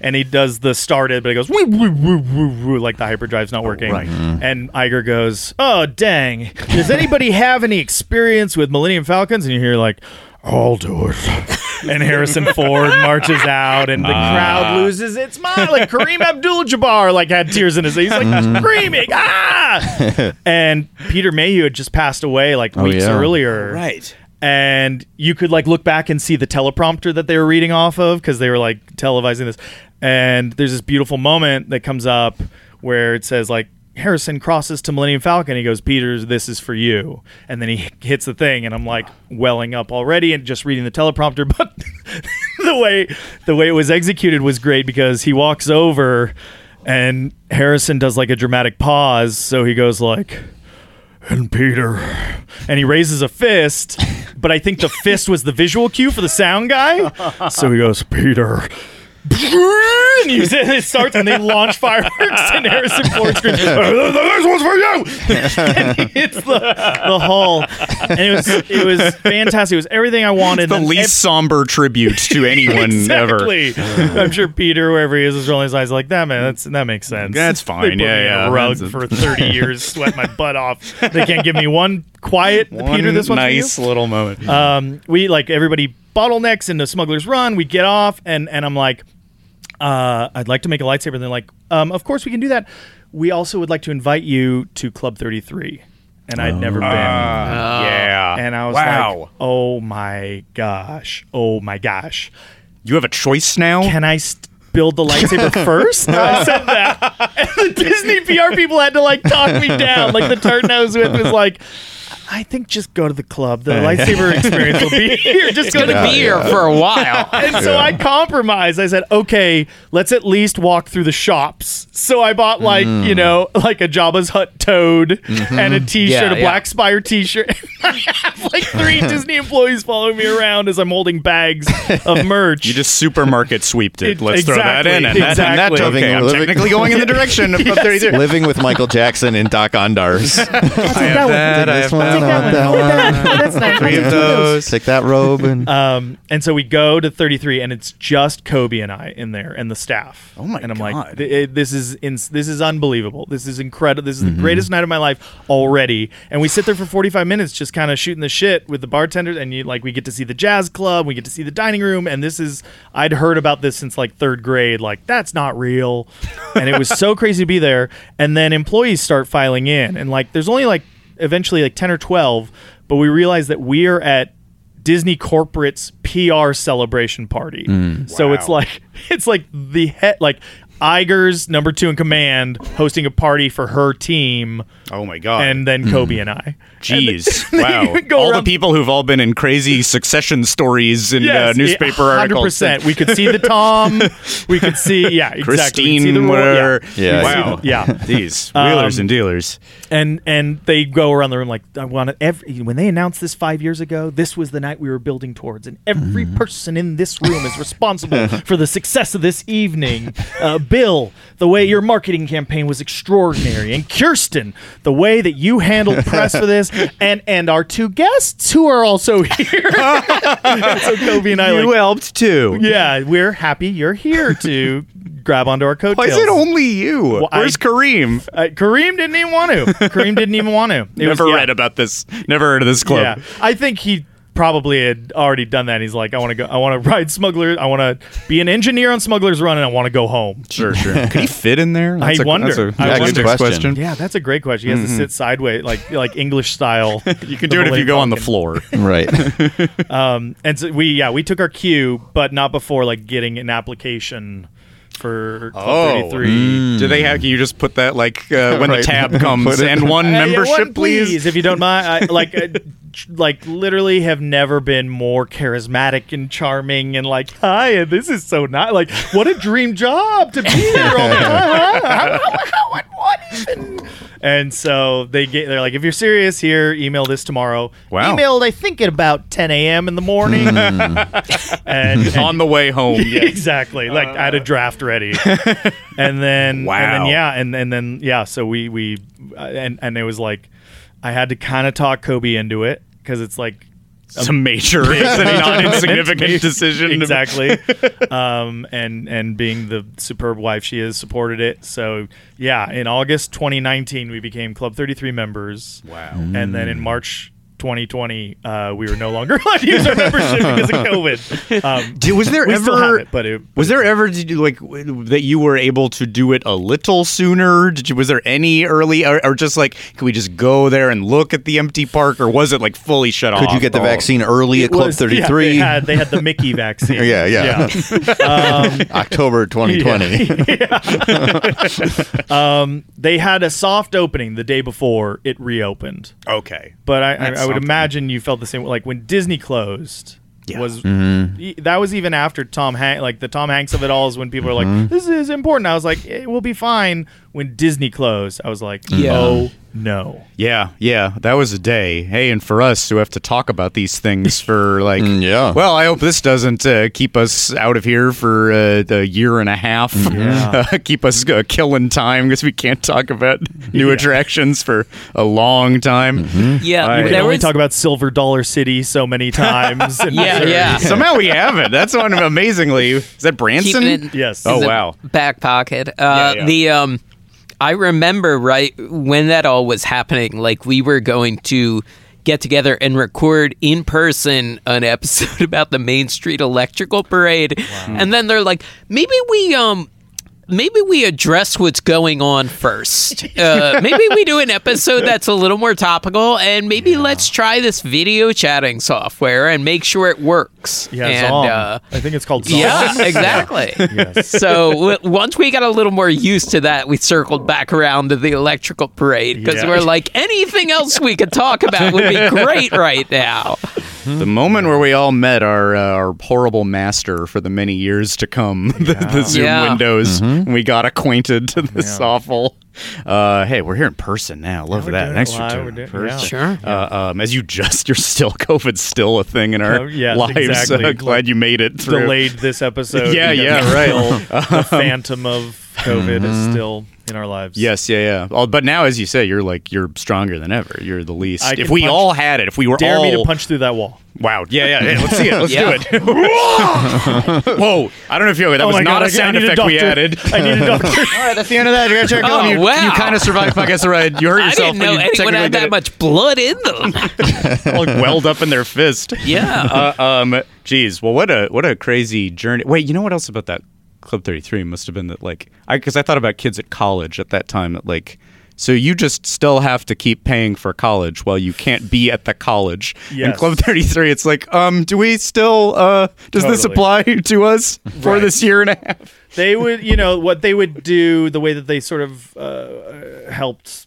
and he does the started, but it goes woo, woo, woo, woo, woo, like the hyperdrive's not working. right. And Iger goes, "Oh dang! Does anybody have any experience with Millennium Falcons?" And you hear like. I'll do it. And Harrison Ford marches out, and the crowd loses its mind. Like Kareem Abdul-Jabbar, like had tears in his eyes, He's like screaming, ah! And Peter Mayhew had just passed away like weeks yeah. earlier, Right. and you could like look back and see the teleprompter that they were reading off of because they were like televising this. And there's this beautiful moment that comes up where it says like Harrison crosses to Millennium Falcon. He goes, "Peters, this is for you." And then he hits the thing, and I'm like welling up already and just reading the teleprompter. But the way the way it was executed was great because he walks over and Harrison does like a dramatic pause. So he goes like and Peter. And he raises a fist, but I think the fist was the visual cue for the sound guy. So he goes, Peter. And you see it starts and they launch fireworks and Harrison Ford screams, "Uh, "This one's for you!" and he hits the, the hull, and it was it was fantastic. It was everything I wanted. the And least somber tribute to anyone ever. exactly. I'm sure Peter, wherever he is, is rolling his eyes like that. Man, that's that makes sense. That's They fine. put me in Yeah, yeah. a rug That's a- for 30 years, sweat my butt off. They can't give me one quiet One Peter. This one's for you?" nice little moment. um, we like everybody bottlenecks into Smuggler's Run. We get off, and and I'm like, uh, I'd like to make a lightsaber. And they're like, um, of course we can do that. We also would like to invite you to Club 33, and I'd never Oh. been. Ah. yeah. and I was wow. like, oh my gosh, oh my gosh, you have a choice now. can I? St- Build the lightsaber first. I said that, and the Disney PR people had to like talk me down. Like the turd I was with was like, "I think just go to the club. The lightsaber experience will be here. Just go to Gonna the be here for a while. and so I compromised. I said, okay, let's at least walk through the shops. So I bought like Mm. you know like a Jabba's Hut toad and a T-shirt, Mm-hmm. Yeah, a yeah. Black Spire T-shirt. I have like three Disney employees following me around as I'm holding bags of merch. You just supermarket sweeped it. It- Let's throw that in. And that, and that- exactly. okay, I'm Living- technically going in the direction of Club 33. Living with Michael Jackson and Doc Ondars. That, I have this one, I that, want that one. three of those. Take that robe and Um, and so we go to 33, and it's just Kobe and I in there, and the staff. Oh my! And I'm like, God. th- it- this is ins this is unbelievable. This is incredible. This is the greatest night of my life already. And we sit there for 45 minutes, just kind of shooting the shit with the bartenders, and you like we get to see the jazz club, we get to see the dining room, and this is I'd heard about this since like third grade. Like that's not real, and it was so crazy to be there. And then employees start filing in, and like there's only like eventually like 10 or 12, but we realize that we're at Disney corporate's PR celebration party. Mm. So it's like it's like the head like Iger's number two in command hosting a party for her team, Oh my god. and then Kobe and I. Jeez! And then you wow! would go all around- the people who've all been in crazy succession stories in uh, newspaper articles. percent. We could see the Tom. we could see, yeah, exactly. we could see the Christine, Roy- were Yeah. Yeah. wow, Yeah. Um, these wheelers and dealers. and and they go around the room like I want to every when they announced this five years ago, this was the night we were building Mm-hmm. towards, and every person in this room is responsible for the success of this evening. Uh, Bill, the way your marketing campaign was extraordinary, and Kirsten, the way that you handled press for this, and and our two guests who are also here. so Kobe and I, like, you helped too. yeah, we're happy you're here to grab onto our coattails. Why is it only you? I- Where's Kareem? Uh, Kareem didn't even want to. Kareem didn't even want to. It Never yeah, read about this. Never heard of this club. Yeah, I think he probably had already done that. He's like, I want to go. I want to ride smugglers. I want to be an engineer on Smugglers Run, and I want to go home. Sure, sure. Could he fit in there? That's a- wonder. That's a, I that's a wonder. good Question. question. Yeah, that's a great question. He has to sit sideways, like like English style. You can do it if you go on the floor. Right. And so we yeah we took our cue, but not before like getting an application for Club Oh. 33. Do they have? Can you just put that like uh, when the Right. tab comes and one Hey, membership, Uh, one, please? if you don't mind. I, like, uh, tr- like literally have never been more charismatic and charming and like, hi, and this is so nice. Like, what a dream job to be here all the time. How- how- how- what- what even? And so they get, they're like, if you're serious here, email this tomorrow. Wow. Emailed, I think, at about 10 a.m. in the morning. and, and on the way home. Uh, exactly. Like I had a draft ready, and then and Wow. then, yeah, and and then yeah. So we we uh, and and it was like I had to kind of talk Kobe into it because it's like It's a major, it's a not insignificant decision. to- exactly. um, and and being the superb wife she is, supported it. So yeah, in August 2019, we became Club 33 members. Wow. Mm. And then in March. 2020, uh, we were no longer allowed to use our membership because of COVID. Um, Dude, was there we ever? still have it, but it, was there ever did you, like w- that you were able to do it a little sooner? Did you? Was there any early or, or just like can we just go there and look at the empty park, or was it like fully shut off? Could you get the Oh. vaccine early at Club was- yeah, Thirty Three? they, had, they had the Mickey vaccine. Yeah, yeah. October 2020. Um, they had a soft opening the day before it reopened, Okay. but I, I, I would That's something. imagine you felt the same. Like when Disney closed. Yeah. Was e- that was even after Tom Hanks? Like the Tom Hanks of it all is when people are like, "This is important." I was like, "It will be fine." When Disney closed, I was like, "Oh no!" Yeah, yeah, that was a day. Hey, and for us who have to talk about these things for like, Mm, yeah. Well, I hope this doesn't uh, keep us out of here for uh, a year and a half. Mm, Uh, keep us uh, killing time because we can't talk about new attractions for a long time. Mm-hmm. Yeah, I- We there only was- talk about Silver Dollar City so many times. and Yeah, yeah. Somehow we haven't. That's one of amazingly. Is that Keeping Branson? it- Yes. Oh the wow. back pocket. Yeah, Uh, yeah. The um, I remember right when that all was happening. Like we were going to get together and record in person an episode about the Main Street Electrical Parade, and then they're like, maybe we um. Maybe we address what's going on first. Uh, maybe we do an episode that's a little more topical, and maybe let's try this video chatting software and make sure it works. Yeah, and, Zom. uh, I think it's called Zom. yeah, exactly. So w- once we got a little more used to that, we circled back around to the electrical parade because Yeah. we're like, anything else we could talk about would be great right now. Mm-hmm. The moment where we all met our uh, our horrible master for the many years to come, the, the Zoom Yeah. windows, Mm-hmm. and we got acquainted to this awful. Uh, hey, we're here in person now. Love we're that. doing it Thanks for live. doing We're it doing- in person. yeah. Sure. Uh, um, as you just, you're still COVID's still a thing in our Oh, yes, lives. exactly. Uh, glad you made it through. delayed this episode. Yeah, because yeah, it's right. Mm-hmm. still- the phantom of COVID is still in our lives. Yes, yeah, yeah. Oh, but now, as you say, you're like you're stronger than ever. You're the least. I if could we punch- all had it, if we were Dare all me to punch through that wall. Wow. Yeah, yeah. Hey, let's see it. Let's Yeah. do it. Whoa. I don't know if you Oh that was Oh my not God, I- a I sound need a effect we doctor. added. I need a doctor. All right, that's the end of that. You're gonna check Oh, You, wow. you kind of survived Pagazaride. You hurt I yourself. didn't know when you anyone technically had that did much blood in them. it. All welled up in their fist. Yeah. Uh, um. Geez. Well, what a what a crazy journey. Wait. You know what else about that Club Thirty Three must have been that like I because I thought about kids at college at that time that like. So you just still have to keep paying for college while you can't be at the college. And Yes. Club 33, it's like, um, do we still, uh, does this Totally. apply to us for this year and a half? they would, you know, what they would do, the way that they sort of uh, helped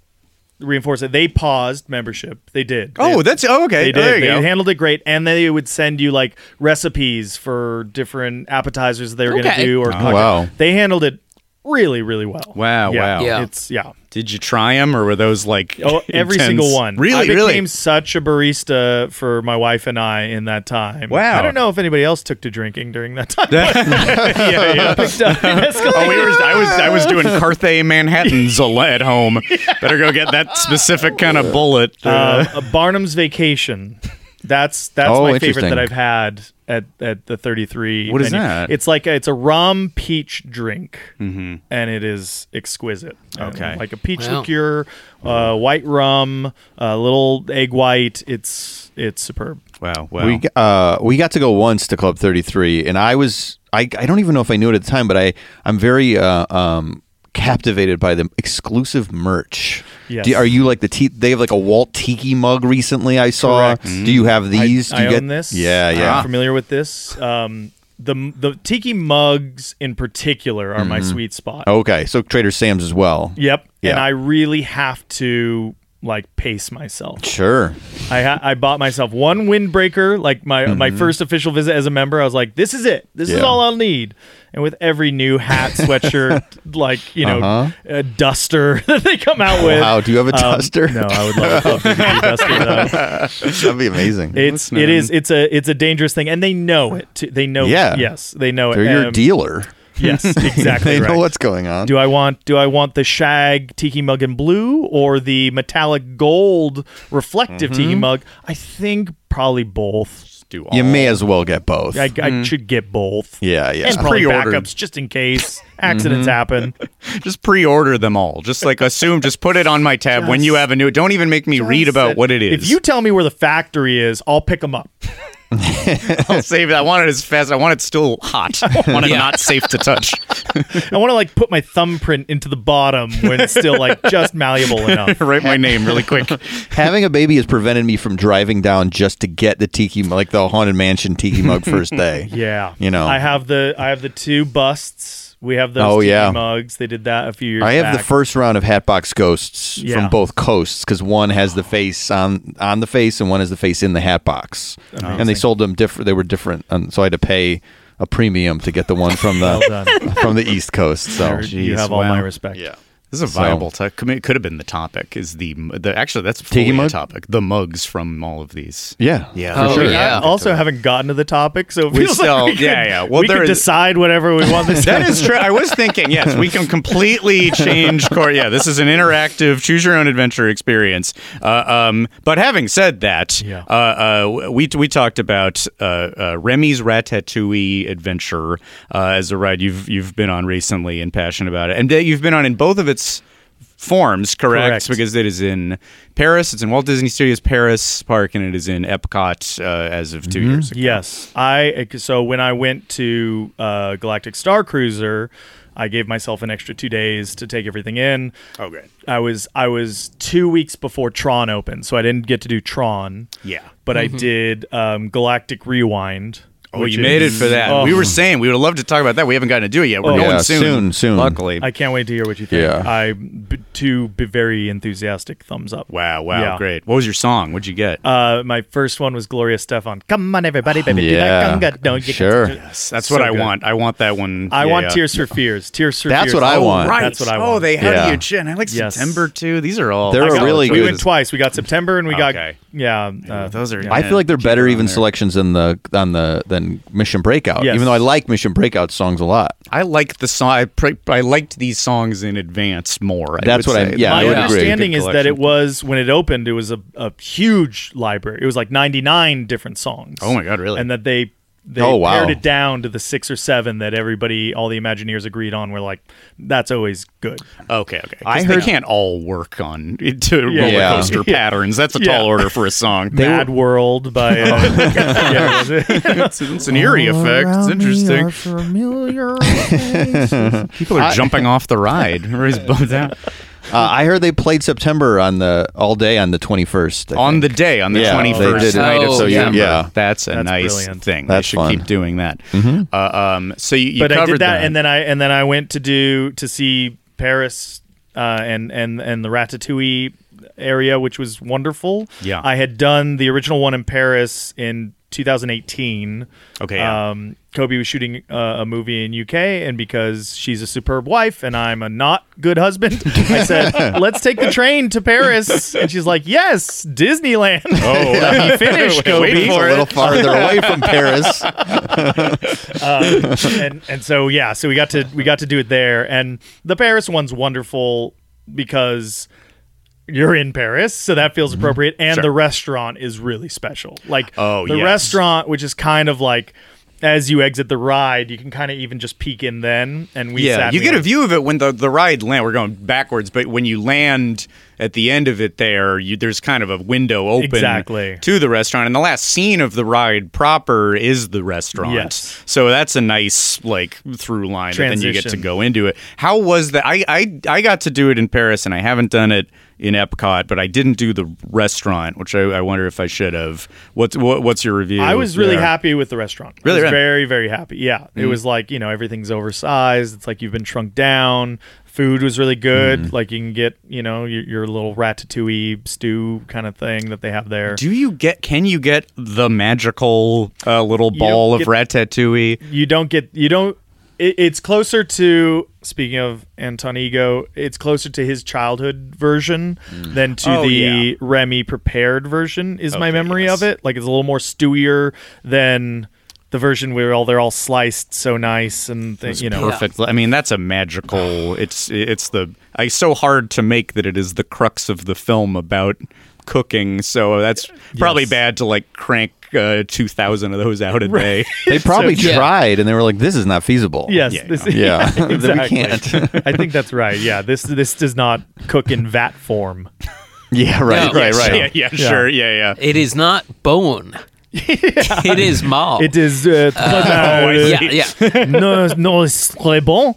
reinforce it, they paused membership. They did. Oh, They- that's oh, okay. They Oh, there did. you They go. handled it great, and they would send you like recipes for different appetizers they were going Okay. Oh, to do. Or wow. they handled it really, really well. Wow, Yeah, wow. Yeah. It's yeah. Did you try them, or were those like Oh, every intense- single one. I Really, became really. such a barista for my wife and I in that time. Wow. I don't know if anybody else took to drinking during that time. yeah, yeah. Picked up the Oh, we escalator. were, I was I was doing Carthay Manhattan Zola at home. Better go get that specific kind of bullet. Uh, Uh, Um, a Barnum's Vacation. That's that's Oh, my favorite interesting. that I've had at at the 33. What is menu. that? Mm-hmm. It's like a, it's a rum peach drink, and it is exquisite. And Okay. like a peach Wow. liqueur, uh, white rum, uh, little egg white. It's it's superb. wow, wow. We uh, we got to go once to Club Thirty Three, and I was I, I don't even know if I knew it at the time, but I I'm very uh, um, captivated by the exclusive merch. Yes. Do, are you like the te- they have like a Walt Tiki mug recently? I saw. Do you have these? Mm-hmm. I, Do you I get own this. Uh-huh. Yeah, I'm yeah. familiar with this. Um, the the tiki mugs in particular are my sweet spot. Okay, so Trader Sam's as well. Yep. And Mm-hmm. Oh. Yeah. I really have to like pace myself. Sure. I ha- I bought myself one windbreaker, like my my first official visit as a member. I was like, this is it. This is Mm-hmm. Yeah. all I'll need. And with every new hat, sweatshirt, like you know, a duster that they come out with. Uh-huh. Wow, do you have a duster? um, No, I would love, love to be a duster. Though. That'd be amazing. It's it is it's a it's a dangerous thing, and they know it. too. They know. Yeah. Yes, they know it. They're your Um, dealer. Yes, exactly. They know right. what's going on. Do I want do I want the shag tiki mug in blue or the metallic gold reflective Mm-hmm. tiki mug? I think probably both. do you may as well get both. I, I should get both. Mm. yeah, yeah. Mm-hmm. And probably Pre-ordered. backups just in case accidents happen. just pre-order them all. Just like assume, just put it on my tab when you have a new. Don't even make me read about what it is. If you tell me where the factory is, I'll pick them up. I'll save it. I want it as fast. I want it still hot. I want it not safe to touch. I want to like put my thumbprint into the bottom when it's still like just malleable enough. Write my name really quick. Having a baby has prevented me from driving down just to get the tiki, like the haunted mansion tiki mug first day. Yeah. You know. I have the I have the two busts. We have those Oh, tiki yeah. mugs. They did that a few years I have the back. first round of Hatbox Ghosts Yeah. from both coasts because one has the face on on the face and one has the face in the hatbox, and they sold them different. They were different, and so I had to pay a premium to get the one from the from the East Coast. So you Jeez, have all wow. my respect. Oh, yeah, This is a viable topic. It could have been the topic. Is the the actually that's fully Tiki a mug? topic. The mugs from all of these. yeah, Yeah. Oh, for sure. yeah. also haven't gotten to the topic, so it We feels like still- we could- yeah, yeah. Well, we there could is- decide whatever we want. This That is true. I was thinking, yes, we can completely change course. Yeah, this is an interactive, choose your own adventure experience. Uh, um, but having said that, Yeah. uh, uh, we we talked about uh, uh, Remy's Ratatouille adventure uh, as a ride you've you've been on recently and passionate about it, and that you've been on in both of its forms, correct? Correct. Because it is in Paris, it's in Walt Disney Studios Paris Park, and it is in Epcot uh, as of Mm-hmm. 2 years ago. yes, I so when I went to uh, Galactic Star Cruiser, I gave myself an extra two days to take everything in. Oh, great. I was I was two weeks before Tron opened, so I didn't get to do Tron. Yeah. but I did um, Galactic Rewind. Mm-hmm. Oh, which you made it is- for that. oh, We were saying we would love to talk about that. We haven't gotten to do it yet. We're Oh. going Yeah, soon. soon, soon. Luckily. I can't wait to hear what you think. Yeah. I'm b- two b- very enthusiastic thumbs up. wow, wow, Yeah. great. What was your song? What'd you get? Uh, my first one was Gloria Stefan. Come on, everybody, baby, do that Yeah. conga, don't you Sure. get- That's so what I good. want. I want that one. I Yeah, want yeah. Tears for Fears. Tears for That's Fears. what I want. Right. That's what I Oh, want. they had Yeah. you, Jen. I like Yes. September too. These are all. They're I a got- really We good- went twice. We got September and we got Okay. yeah. Uh, Those are. I feel like they're Keep better it on even there. selections than the on the than Mission Breakout. Yes. Even though I like Mission Breakout songs a lot. I like the song. I, pre- I liked these songs in advance more. I That's would what I- say. yeah, my I would agree. understanding Good is that it collection. was when it opened. It was a, a huge library. It was like ninety nine different songs. Oh my God, really? And that they they Oh, wow. pared it down to the six or seven that everybody, all the Imagineers agreed on. Were like, that's always good. Okay, okay. I heard they can't all work on to Yeah. roller Yeah. coaster Yeah. patterns. That's a Yeah. tall order for a song. Mad World by uh, yeah, was it- It's an eerie effect. It's interesting. People are jumping off the ride. Everybody's bummed out. Uh, I heard they played September on the all day on the twenty first. On the day, on the Yeah, twenty they first did it. night of Oh, September. yeah. Yeah. That's a That's nice brilliant. thing. That's they should fun. Mm-hmm. keep doing that. Uh, um, so you, you but I covered did that, and then I and then I went to do to see Paris uh, and and and the Ratatouille area, which was wonderful. Yeah. I had done the original one in Paris in 2018. Okay, yeah. Um, Kobe was shooting uh, a movie in UK, and because she's a superb wife and I'm a not good husband, I said, "Let's take the train to Paris." And she's like, "Yes, Disneyland." Oh, let me finish, Kobe. It's a little farther away from Paris. and and so yeah, so we got to we got to do it there, and the Paris one's wonderful because you're in Paris, so that Mm-hmm. feels appropriate, and the restaurant is really special. Like Oh, the yes. restaurant, which is kind of like as you exit the ride, you can kind of even just peek in then, and we Yeah, sat you in get a the- view of it when the, the ride land. We're going backwards, but when you land at the end of it, there you, there's kind of a window open Exactly. to the restaurant, and the last scene of the ride proper is the restaurant. Yes. so that's a nice like through line. that Then you get to Transition. go into it. How was that? I, I I got to do it in Paris, and I haven't done it in Epcot, but I didn't do the restaurant, which I, I wonder if I should have. What's what, what's your review? I was really there? happy with the restaurant. Really, Mm-hmm. I was really? very, very happy. Yeah, it was like you know everything's oversized. It's like you've been shrunk down. Food was really good. Mm-hmm. Like you can get you know your, your little ratatouille stew kind of thing that they have there. Do you get? Can you get the magical uh, little don't ball of get- ratatouille? you don't get you don't. It, it's closer to speaking of Anton Ego. It's closer to his childhood version Mm. than to Oh, the yeah. Remy prepared version. Is my Okay, memory yes. of it like it's a little more stewier than. The version where all they're all sliced so nice and things, you know perfect. I mean, that's a magical. It's it's the I so hard to make that it is the crux of the film about cooking. So that's probably bad to like crank uh, two thousand of those out a day. They probably yeah. tried, and they were like, "This is not feasible." Yes. Yeah, this- yeah. Then we exactly. can't. I think that's right. Yeah. This this does not cook in vat form. yeah, right, No. right, right. yeah, yeah, sure, yeah, yeah. It is not bone. It is mal. It is uh, yeah, yeah. no, no, it's très bon.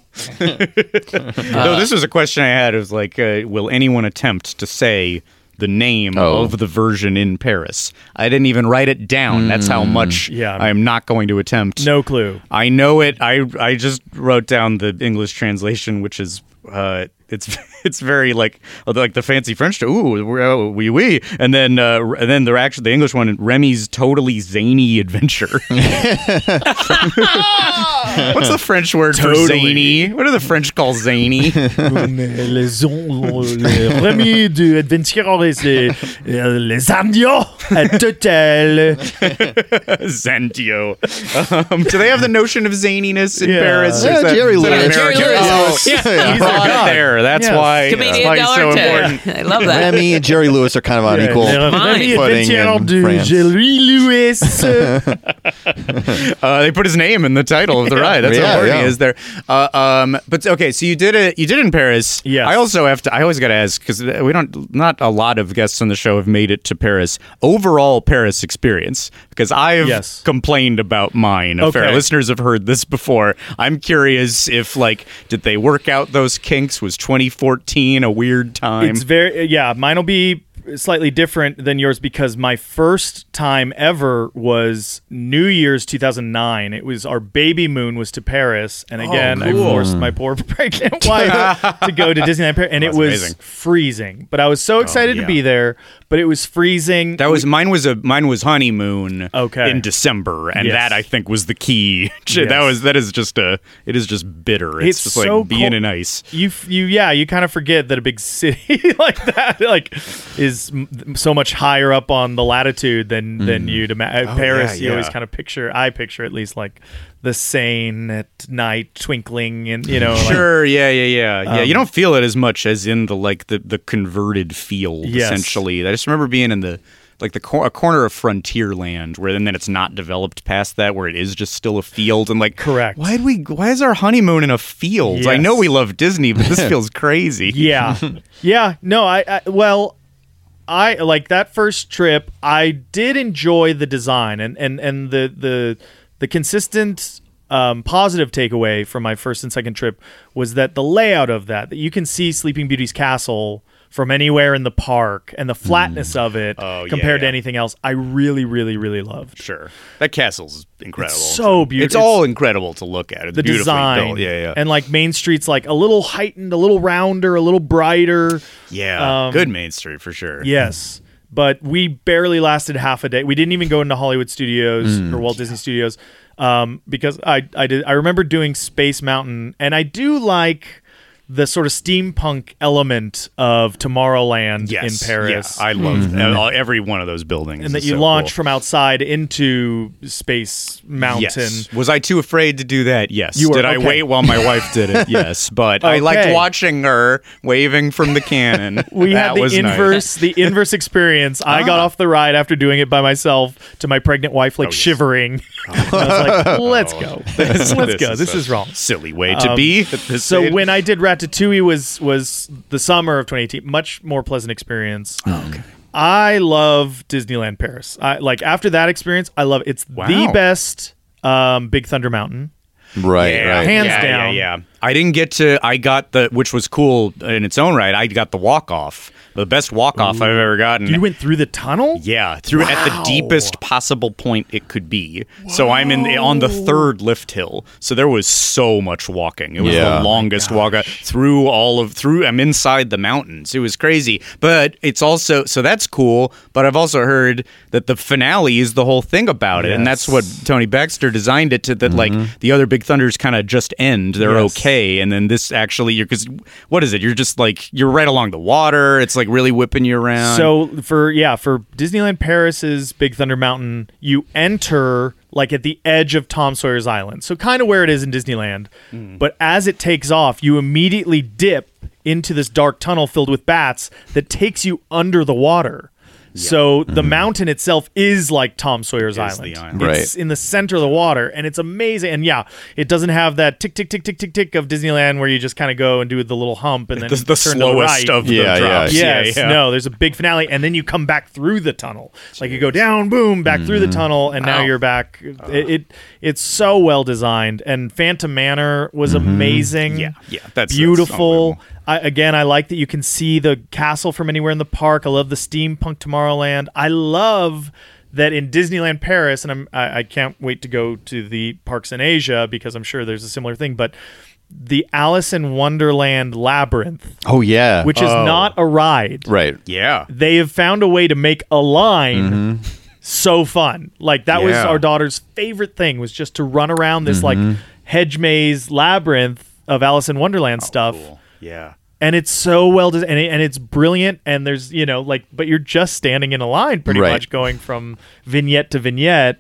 no, this was a question I had. It was like, uh, will anyone attempt to say the name Oh. of the version in Paris? I didn't even write it down. That's how much Yeah. I'm not going to attempt. No clue. I know it. I I just wrote down the English translation, which is uh, it's it's very like like the fancy French. Ooh, we oh, oui, oui. and then uh, and then the actually the English one, Remy's totally zany adventure. What's the French word for zany? What do the French call zany? les, on- les remis du adventure, les, euh, les Indians à total. Zentio. Um, do they have the notion of zaniness in Yeah. Paris? Yeah, Is that- Jerry is that Lewis. an Jerry American- Lewis. Oh, Yeah. He's a god there. That's Yes. why. Comedian that's why he's so dollar tag. important. I love that. Remy and Jerry Lewis are kind of on equal. Les Fine. remis Footing in adventure du France. Jerry Lewis. Uh, they put his name in the title of the ride. That's Yeah, how important yeah. he is there. Uh, um, but okay, so you did it. You did it in Paris. Yes. I also have to. I always got to ask because we don't. Not a lot of guests on the show have made it to Paris. Overall Paris experience because I've Yes. complained about mine. A fair- Okay. listeners have heard this before. I'm curious if like did they work out those kinks? Was 2014 a weird time? It's very yeah. Mine will be slightly different than yours because my first time ever was New Year's 2009. It was our baby moon was to Paris, and again I forced my poor pregnant wife to go to Disneyland Paris, and it that's was amazing. freezing. But I was so excited yeah. to be there, but it was freezing. That was mine was a mine was honeymoon Okay. in December and Yes. that I think was the key. That Yes. was that is just a it is just bitter. It's, It's just so like being cold. in ice. you f- you yeah you kind of forget that a big city like that like is m- so much higher up on the latitude than than you'd imagine. Mm. Paris Oh, yeah, you always yeah. kind of picture I picture at least like the Seine at night twinkling and you know like- um, Sure, yeah, yeah, yeah. Yeah, you don't feel it as much as in the like the the converted field Yes. essentially. I just remember being in the like the cor- a corner of frontier land where and then it's not developed past that where it is just still a field and like Correct. Why'd we why is our honeymoon in a field? I Yes. know we love Disney, but this feels crazy. yeah yeah no I, I well I like that first trip I did enjoy the design and and and the the the consistent um, positive takeaway from my first and second trip was that the layout of that that you can see Sleeping Beauty's castle from anywhere in the park and the flatness of it Mm. Oh, yeah, compared to yeah. anything else, I really, really, really loved. Sure. That castle's incredible. so beautiful. It's all incredible to look at. It's the beautifully design. built. Yeah, yeah. And like Main Street's like a little heightened, a little rounder, a little brighter. yeah. um, good Main Street for sure. Yes. But we barely lasted half a day. We didn't even go into Hollywood Studios Mm. or Walt Disney Studios um, because I I did I remember doing Space Mountain and I do like the sort of steampunk element of Tomorrowland Yes. in Paris. Yeah, I love that. All- every one of those buildings. and that is you so launch cool. from outside into Space Mountain. Yes. Was I too afraid to do that? Yes. You were- did I okay. wait while my wife did it? Yes. But I liked Okay. watching her waving from the cannon. we that had the was nice. Ah. inverse the inverse experience. I got off the ride after doing it by myself to my pregnant wife, like Oh, shivering. I was like, "Let's go, let's go. This is a wrong." Um, Silly way to be. at this So age. when I did Ratatouille was was the summer of 2018. Much more pleasant experience. okay. I love Disneyland Paris. I like after that experience. I love it's the Wow. best um, Big Thunder Mountain. Right, right. Hands yeah, down. Yeah, yeah. I didn't get to. I got the, which was cool in its own right. I got the walk off, the best walk off I've ever gotten. You went through the tunnel. yeah, through at the deepest possible point it could be. So I'm in on the third lift hill. So there was so much walking. It was Yeah. the longest walk out through all of through. I'm inside the mountains. It was crazy, but it's also so that's cool. But I've also heard that the finale is the whole thing about it, and that's what Tony Baxter designed it to. That like the other Big Thunders kind of just end. They're Yes. okay, and then this actually you're because what is it? You're just like you're right along the water. It's like really whipping you around. So for yeah, for Disneyland Paris's Big Thunder Mountain, you enter like at the edge of Tom Sawyer's Island. So kind of where it is in Disneyland. Hmm. But as it takes off, you immediately dip into this dark tunnel filled with bats that takes you under the water. So the mountain itself is like Tom Sawyer's Island. Mm-hmm. the Right. It's in the center of the water and it's amazing. And yeah, it doesn't have that tick tick tick tick tick tick of Disneyland where you just kind of go and do the little hump and then the, the turn to the slowest right. of the Yeah, yeah, drops. Yes. No, there's a big finale, and then you come back through the tunnel. Like you go down, boom, back through the Mm-hmm. tunnel, and now you're back. Uh-huh. It, it it's so well designed, and Phantom Manor was amazing. Mm-hmm. Yeah, yeah, that's- that's beautiful. unbelievable. I, again, I like that you can see the castle from anywhere in the park. I love the steampunk Tomorrowland. I love that in Disneyland Paris, and I'm, I, I can't wait to go to the parks in Asia because I'm sure there's a similar thing, but. The Alice in Wonderland labyrinth Oh yeah. which is not a ride. right. Yeah. They have found a way to make a line so fun. Like that was Yeah. our daughter's favorite thing was just to run around this like hedge maze labyrinth of Alice in Wonderland stuff. Yeah. And it's so well designed and, it, and it's brilliant and there's, you know, like but you're just standing in a line pretty Right. much going from vignette to vignette.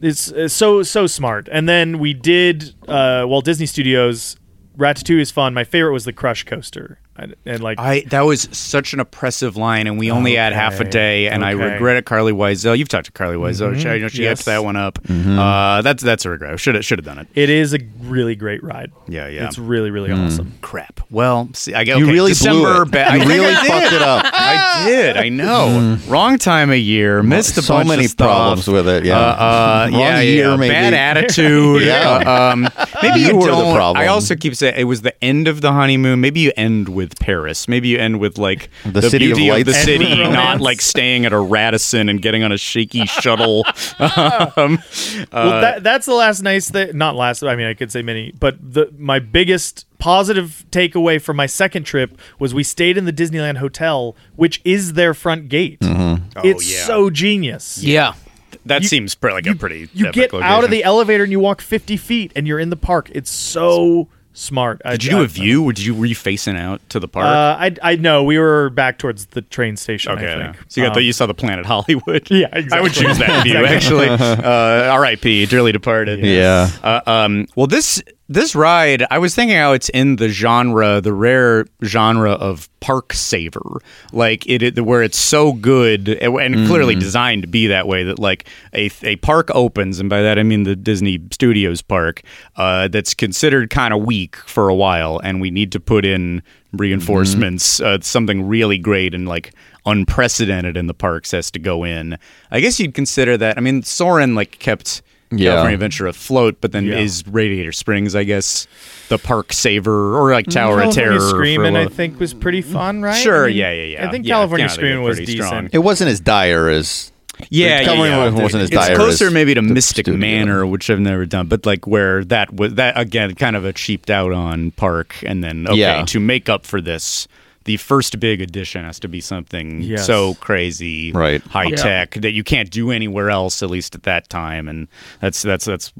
It's uh, so so smart. And then we did uh Walt Disney Studios Ratatouille is fun. My favorite was the Crush Coaster. And, and like I that was such an oppressive line, and we only had half a day, and I Okay. Mm-hmm. regret it. Carly Wiesel, you've talked to Carly Wiesel. She, I know she Yes. yes. that one up. Mm-hmm. Uh, that's that's a regret. Should have should have done it. It is a really great ride. Yeah, yeah. It's really, really Hmm. awesome. Crap. Well, see, I okay, You really December. blew it. ba- I you think really Mm. I did. fucked it up. I did. I know. Wrong time of year. Missed a so bunch of many stuff. problems with it, yeah. Uh, uh, Wrong yeah, year, yeah. maybe. Bad attitude. Yeah. Uh, um, maybe You you, were the don't- problem. I also keep saying it was the end of the honeymoon. Maybe you end with Paris. Maybe you end with like The city of beauty of, the lights. End with city, romance. not like staying at a Radisson and getting on a shaky shuttle. um, well, that, that's the last nice thing. Not last. I mean, I could say many, but the my biggest positive takeaway from my second trip was we stayed in the Disneyland Hotel, which is their front gate. it's Mm-hmm. Oh, yeah. so genius. Yeah. that You- seems pretty, like a pretty. You epic get out of location. the elevator and you walk 50 feet and you're in the park. It's so smart. Did you do a view? Or did you were you facing out to the park? Uh, I I know we were back towards the train station. Okay, I yeah. think. Um, so you got the, you saw the Planet Hollywood. Yeah, I would exactly. choose that view actually. Uh, R.I.P. Dearly departed. Yeah. Uh, um, well, this this ride, I was thinking how it's in the genre, the rare genre of park saver, like it, it- where it's so good and and clearly designed to be that way. That like a a park opens, and by that I mean the Disney Studios park uh, that's considered kind of weak for a while, and we need to put in reinforcements. Uh, something really great and like unprecedented in the parks has to go in. I guess you'd consider that. I mean, Soren like kept Yeah. California Adventure afloat, but then is Radiator Springs, I guess, the park saver or like Tower of Terror. Mm-hmm. California for a Screaming, I little- think, was pretty fun, right? Sure, I mean, yeah, yeah, yeah. I think Yeah, California yeah, they Screaming get was pretty decent. strong. It wasn't as dire as Yeah, yeah, California yeah. Woman wasn't as it's dire closer as maybe to the Mystic studio. Manor, which I've never done, but like where that was that again kind of a cheaped out on park, and then okay Yeah. to make up for this. The first big addition has to be something Yes. so crazy, Right. High tech that you can't do anywhere else, at least at that time, and that's that's that's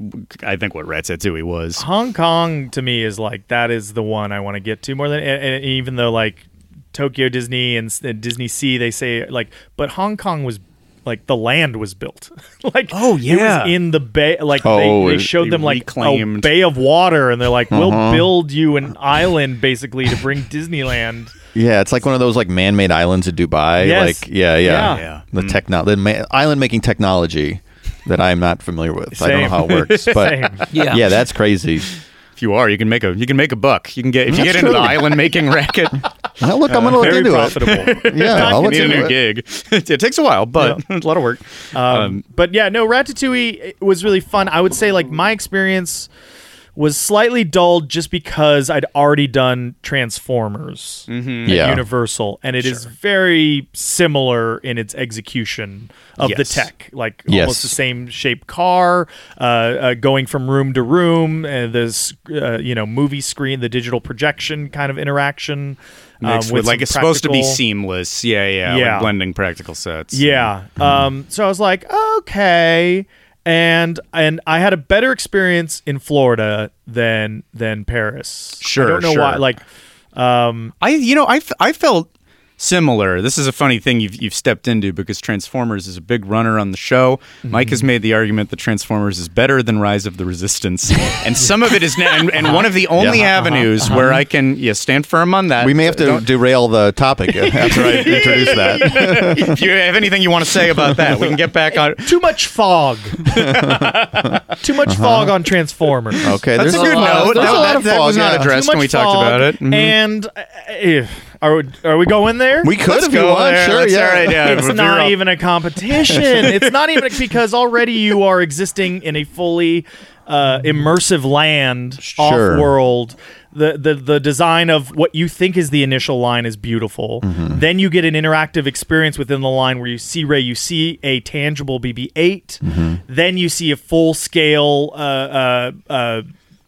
I think what Ratatouille was. Hong Kong to me is like that is the one I want to get to more than and, and even though like Tokyo Disney and, s- and Disney Sea they say like but Hong Kong was like the land was built like oh yeah. in the bay like Oh, they, they it- showed they them like a reclaimed- Uh-huh. bay of water and they're like we'll build you an island basically to bring Disneyland yeah. It's like one of those like man-made islands in Dubai. Yes. Like yeah, Yeah. yeah, Yeah. Mm. The techno the ma- island making technology that I'm not familiar with. I don't know Same. how it works, Same. but Yeah. yeah, that's crazy. If you are, you can make a you can make a buck. You can get if you That's get into the true. island making racket, Well, look, I'm gonna look Uh, very into profitable. it. Yeah, I'll you look need a into new it. gig. it takes a while, but a lot of work. Um, but yeah, no, Ratatouille it was really fun. I would say like my experience was slightly dulled just because I'd already done Transformers Mm-hmm. at Yeah. Universal, and it is very similar in its execution of the Yes. tech, like Yes. almost the same shape car, uh, uh, going from room to room, uh, this uh, you know movie screen, the digital projection kind of interaction. um, Mixed with, like some it's supposed to be practical- seamless. Yeah, yeah, Yeah. Like blending practical sets. yeah. Um, so I was like, okay. And and I had a better experience in Florida than than Paris. Sure, I don't know why. sure. Like I you know I, f- I felt similar. This is a funny thing you've you've stepped into because Transformers is a big runner on the show. Mike Mm-hmm. has made the argument that Transformers is better than Rise of the Resistance, and some of it is now. And, and one of the only Uh-huh. avenues where I can yeah stand firm on that. We may have to derail the topic after I introduce that. if you have anything you want to say about that, we can get back on. too much fog. too much fog on Transformers. Okay, That's there's a good lot of- note. there's That- a Uh-huh. lot that- of that fog, was not yeah. addressed. Too much when we talked fog, about it. Mhm. And uh, eh, are we, are we going there? We could Let's if you go want. there. Sure, That's yeah. all right, yeah. it's If not you're all- even a competition. it's not even because already you are existing in a fully uh, immersive land, Sure. off world. The, the the design of what you think is the initial line is beautiful. Mm-hmm. Then you get an interactive experience within the line where you see Ray, you see a tangible BB-8. Mm-hmm. Then you see a full scale. Uh, uh, uh,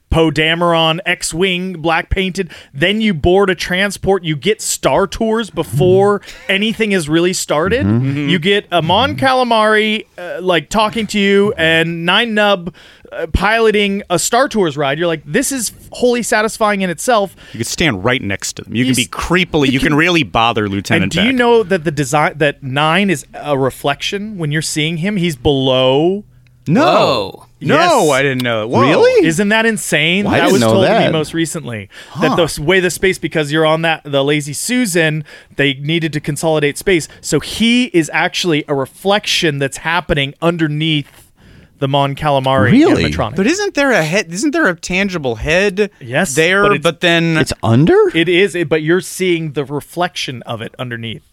Poe Dameron X Wing black painted. Then you board a transport. You get Star Tours before anything has really started. Mm-hmm. You get Amon Calamari uh, like talking to you and Nine Nub uh, piloting a Star Tours ride. You're like, this is wholly satisfying in itself. You can stand right next to them. You You can be s- creepily. You can really bother Lieutenant. And do you Beck. know that the design that Nine is a reflection when you're seeing him? He's below. No, Whoa. no, Yes. I didn't know. Whoa. Really? Isn't that insane? Well, I that didn't was know told to that. me most recently. That the s- way the space because you're on that the lazy Susan, they needed to consolidate space. So he is actually a reflection that's happening underneath the Mon Calamari Really? animatronic. But isn't there a head? Isn't there a tangible head? Yes, there. but But, it's- then It's under. it is, it, but you're seeing the reflection of it underneath.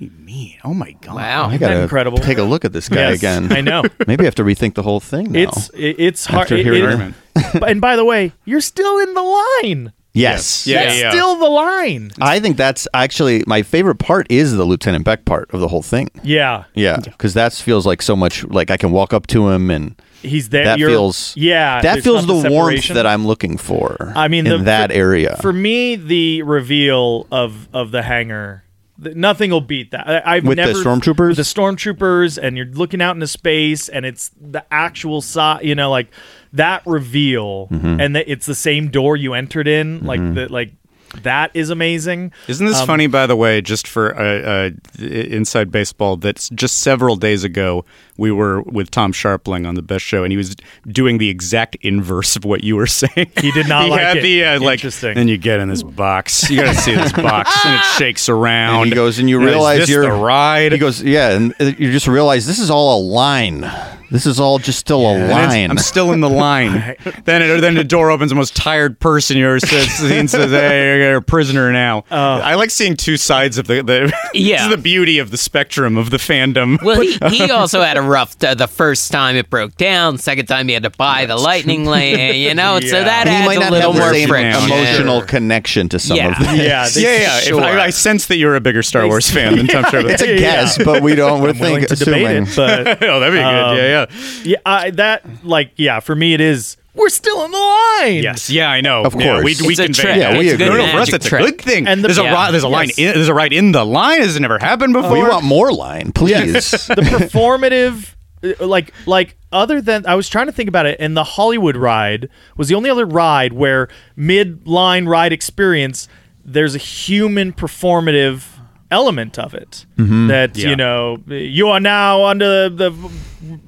mean. Oh my god! Wow. I gotta incredible? take a look at this guy Yes, again. I know. Maybe I have to rethink the whole thing now. It's it, it's hard. After it- hearing it- Herman. but- and by the way, you're still in the line. yes. Yeah, That's yeah. still the line. I think that's actually my favorite part is the Lieutenant Beck part of the whole thing. Yeah, Yeah, because that feels like so much. Like I can walk up to him, and he's there. that you're- feels yeah. That there's feels not the, warmth separation. that I'm looking for. I mean, in the- that for- area. For me, the reveal of of the hangar, th- nothing will beat that. I, I've With the never, stormtroopers? with the stormtroopers, and you're looking out into space, and it's the actual side. You know, like that reveal, and that it's the same door you entered in. Like that, like that is amazing. Isn't this funny, by the way, just for uh, uh, inside baseball? That just several days ago we were with Tom Sharpling on the best show, and he was doing the exact inverse of what you were saying. He did not he like had it. The, uh, like, Interesting. Then you get in this box. You got to see this box, and it shakes around. and he goes, and you Is realize this you're the ride. He goes, yeah, and uh, you just realize this is all a line. This is all just still a And it's- line. I'm still in the line. then, it, then the door opens. The most tired person you ever said- seen says, "Hey, you're a prisoner now." I like seeing two sides of the. the Yeah. this is the beauty of the spectrum of the fandom. Well, he, he also had a rough t- the first time it broke down. Second time he had to buy the lightning lane. You know, and so that And he adds might a not have little the more same friction. emotional connection to some Yeah. of this. Yeah, they- yeah, yeah. If I, I sense that you're a bigger Star Wars fan than Tom Sherwood. It's a guess, but we don't. We're I'm willing thinking, to debate assuming. it, but oh, that'd be good. Um, yeah, yeah. yeah, I, that like yeah, for me it is. We're still in the line. Yes, yeah, I know. Of Yeah, we course. we It's a convey trick. that. Yeah, we It's a agree. No, good no, for us, magic that's trick. a good thing. And the- there's yeah, a ri- there's a line. yes. In, there's a right in the line. Has never happened before. we want more line, please. the performative uh, like like other than I was trying to think about it and the Hollywood ride was the only other ride where mid-line ride experience there's a human performative element of it that Yeah. you know you are now under the,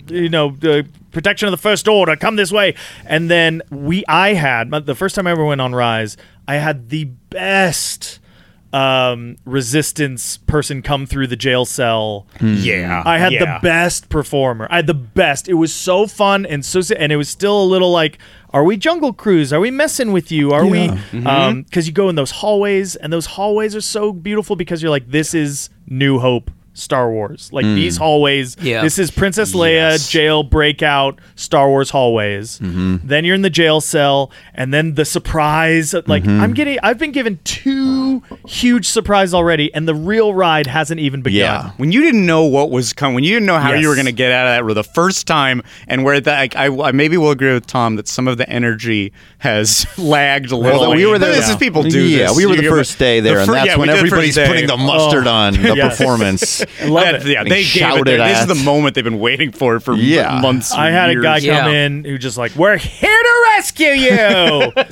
the you know the protection of the first order come this way and then we I had the first time I ever went on Rise I had the best um, resistance person come through the jail cell yeah, I had yeah. the best performer. I had the best. It was so fun and so, si- and it was still a little like, are we Jungle Cruise? Are we messing with you? Are we? Because you go in those hallways, and those hallways are so beautiful because you're like, this is New Hope. Star Wars, like these hallways. Yeah. This is Princess Leia jail breakout Star Wars hallways. Then you're in the jail cell, and then the surprise. Like I'm getting, I've been given two huge surprises already, and the real ride hasn't even begun. Yeah. Uh, when you didn't know what was coming, when you didn't know how Yes. you were going to get out of that for the first time, and where that like, I, I maybe will agree with Tom that some of the energy has lagged a little. Well, we were there. This is people do Yeah, this. we were the You- first day there, and fir- that's yeah, when we did first everybody's day. Oh. putting the mustard on the Yes. performance. Love That- it. yeah, And they gave it. shouted Their, this is at- the moment they've been waiting for for Yeah. months. I had a years. guy come Yeah. in who just like, we're here to rescue you. Hop Yeah.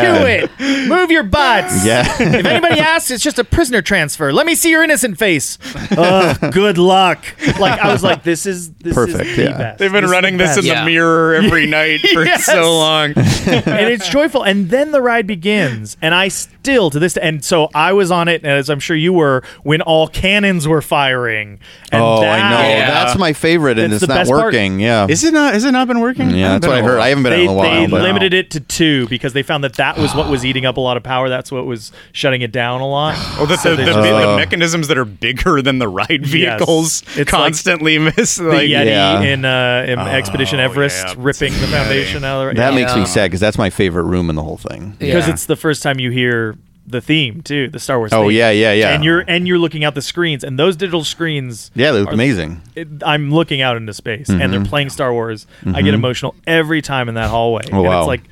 to it. Move your butts. Yeah. if anybody asks, it's just a prisoner transfer. Let me see your innocent face. Ugh, good luck. Like I was like, this is this Perfect, Is the yeah. best. They've been This is running this best. in Yeah. the mirror every night for Yes. so long. and it's joyful. And then the ride begins, and I still to this. And so I was on it, as I'm sure you were, when all cannons were firing. And oh, that, I know. Yeah. That's my favorite, and That's it's uh, the not best part. working. Yeah. Is it not? Has it not been working? yeah, that's been what I a heard. while. I haven't been out they, in a while. they but- limited it to two because they found that that was what was eating up a lot of power. That's what was shutting it down a lot. Well, Oh, the, the, the, Oh. the mechanisms that are bigger than the ride vehicles It's like constantly miss. the Like, Yeti Oh, Yeah. Oh, in, uh, in Expedition Everest yeah. ripping the foundation out of the That because makes me sad because that's my favorite room in the whole thing. Yeah. it's the first time you hear the theme too, the Star Wars. Oh, theme. yeah, yeah, yeah. And you're and you're looking out the screens, and those digital screens. Yeah, they look amazing. It, I'm looking out into space, and Mm-hmm. they're playing Star Wars. I get emotional every time in that hallway, and Oh, wow. it's like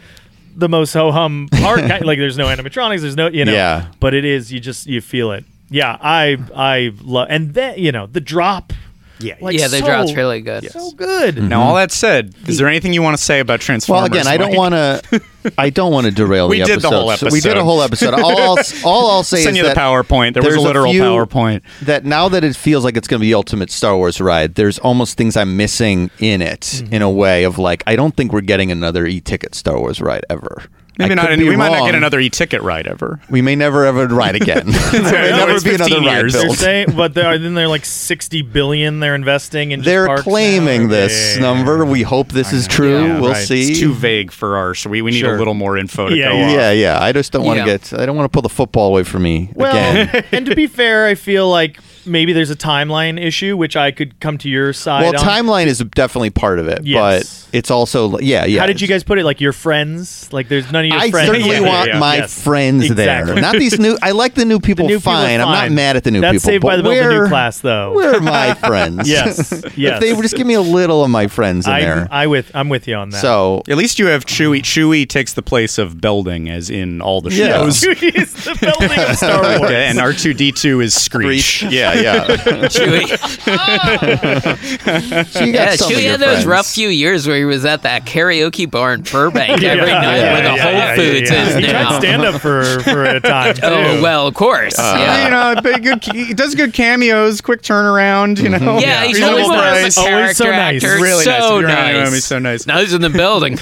the most ho hum part. kind- like there's no animatronics, there's no you know, Yeah. but it is you just you feel it. Yeah, I I love, and then you know the drop. yeah, Like, Yeah, the so- drop's really good. So good. Mm-hmm. Now, all that said, is there anything you want to say about Transformers? Well, again, I don't Mike? want to. I don't want to derail We the did episode. the whole So we did episode. a whole episode. All, I'll s- all I'll say Send is you the that PowerPoint. There was a there's literal few- PowerPoint. That now that it feels like it's going to be the ultimate Star Wars ride, there's almost things I'm missing in it in a way of like I don't think we're getting another e-ticket Star Wars ride ever. Maybe I not. could And be we might not get wrong. another e-ticket ride ever. We may never ever ride again. there may No, never it's be another 15 ride years. They're built. saying, but they're, then they're like sixty billion they're investing in. just They're parks now. claiming Yeah, this yeah, yeah. number. We hope this is true. Yeah, we'll Right. see. It's too vague for our. So we, we need Sure. a little more info to Yeah, go yeah. off. yeah, yeah. I just don't want to Yeah. get. I don't want to pull the football away from me Well, again. and to be fair, I feel like maybe there's a timeline issue, which I could come to your side. Well, on. timeline is definitely part of it, Yes. but it's also yeah, yeah. How did you guys put it? Like your friends? Like there's none of your I friends. certainly Yeah, want yeah, my Yes. friends Exactly. there. Not these new. I like the new people. new people are fine. I'm not fine. mad at the new That's people. Saved but by the Bell, the where, new class, though. Where are my friends? Yes, yes. if they would just give me a little of my friends in I, there. I with I'm with you on that. so At least you have Chewie. Chewie takes the place of Belding, as in all the Yeah. shows. Dude, he's the building of Star Wars. Okay, and R two D two is Screech. yeah, yeah. Chewie, So you got yeah, some of Chewie your had those friends. rough few years where he was at that karaoke bar in Burbank every night yeah, where the yeah, Whole Foods is He now. tried stand up for for a time. Too. oh well, of course. Uh, yeah. You know, but good, he does good cameos, quick turnaround. You Mm-hmm. know, Yeah, he's Reasonable always one of those price. Always so character nice. actors. Really nice. so If you're on nice. IMDb, so nice. Now he's in the building.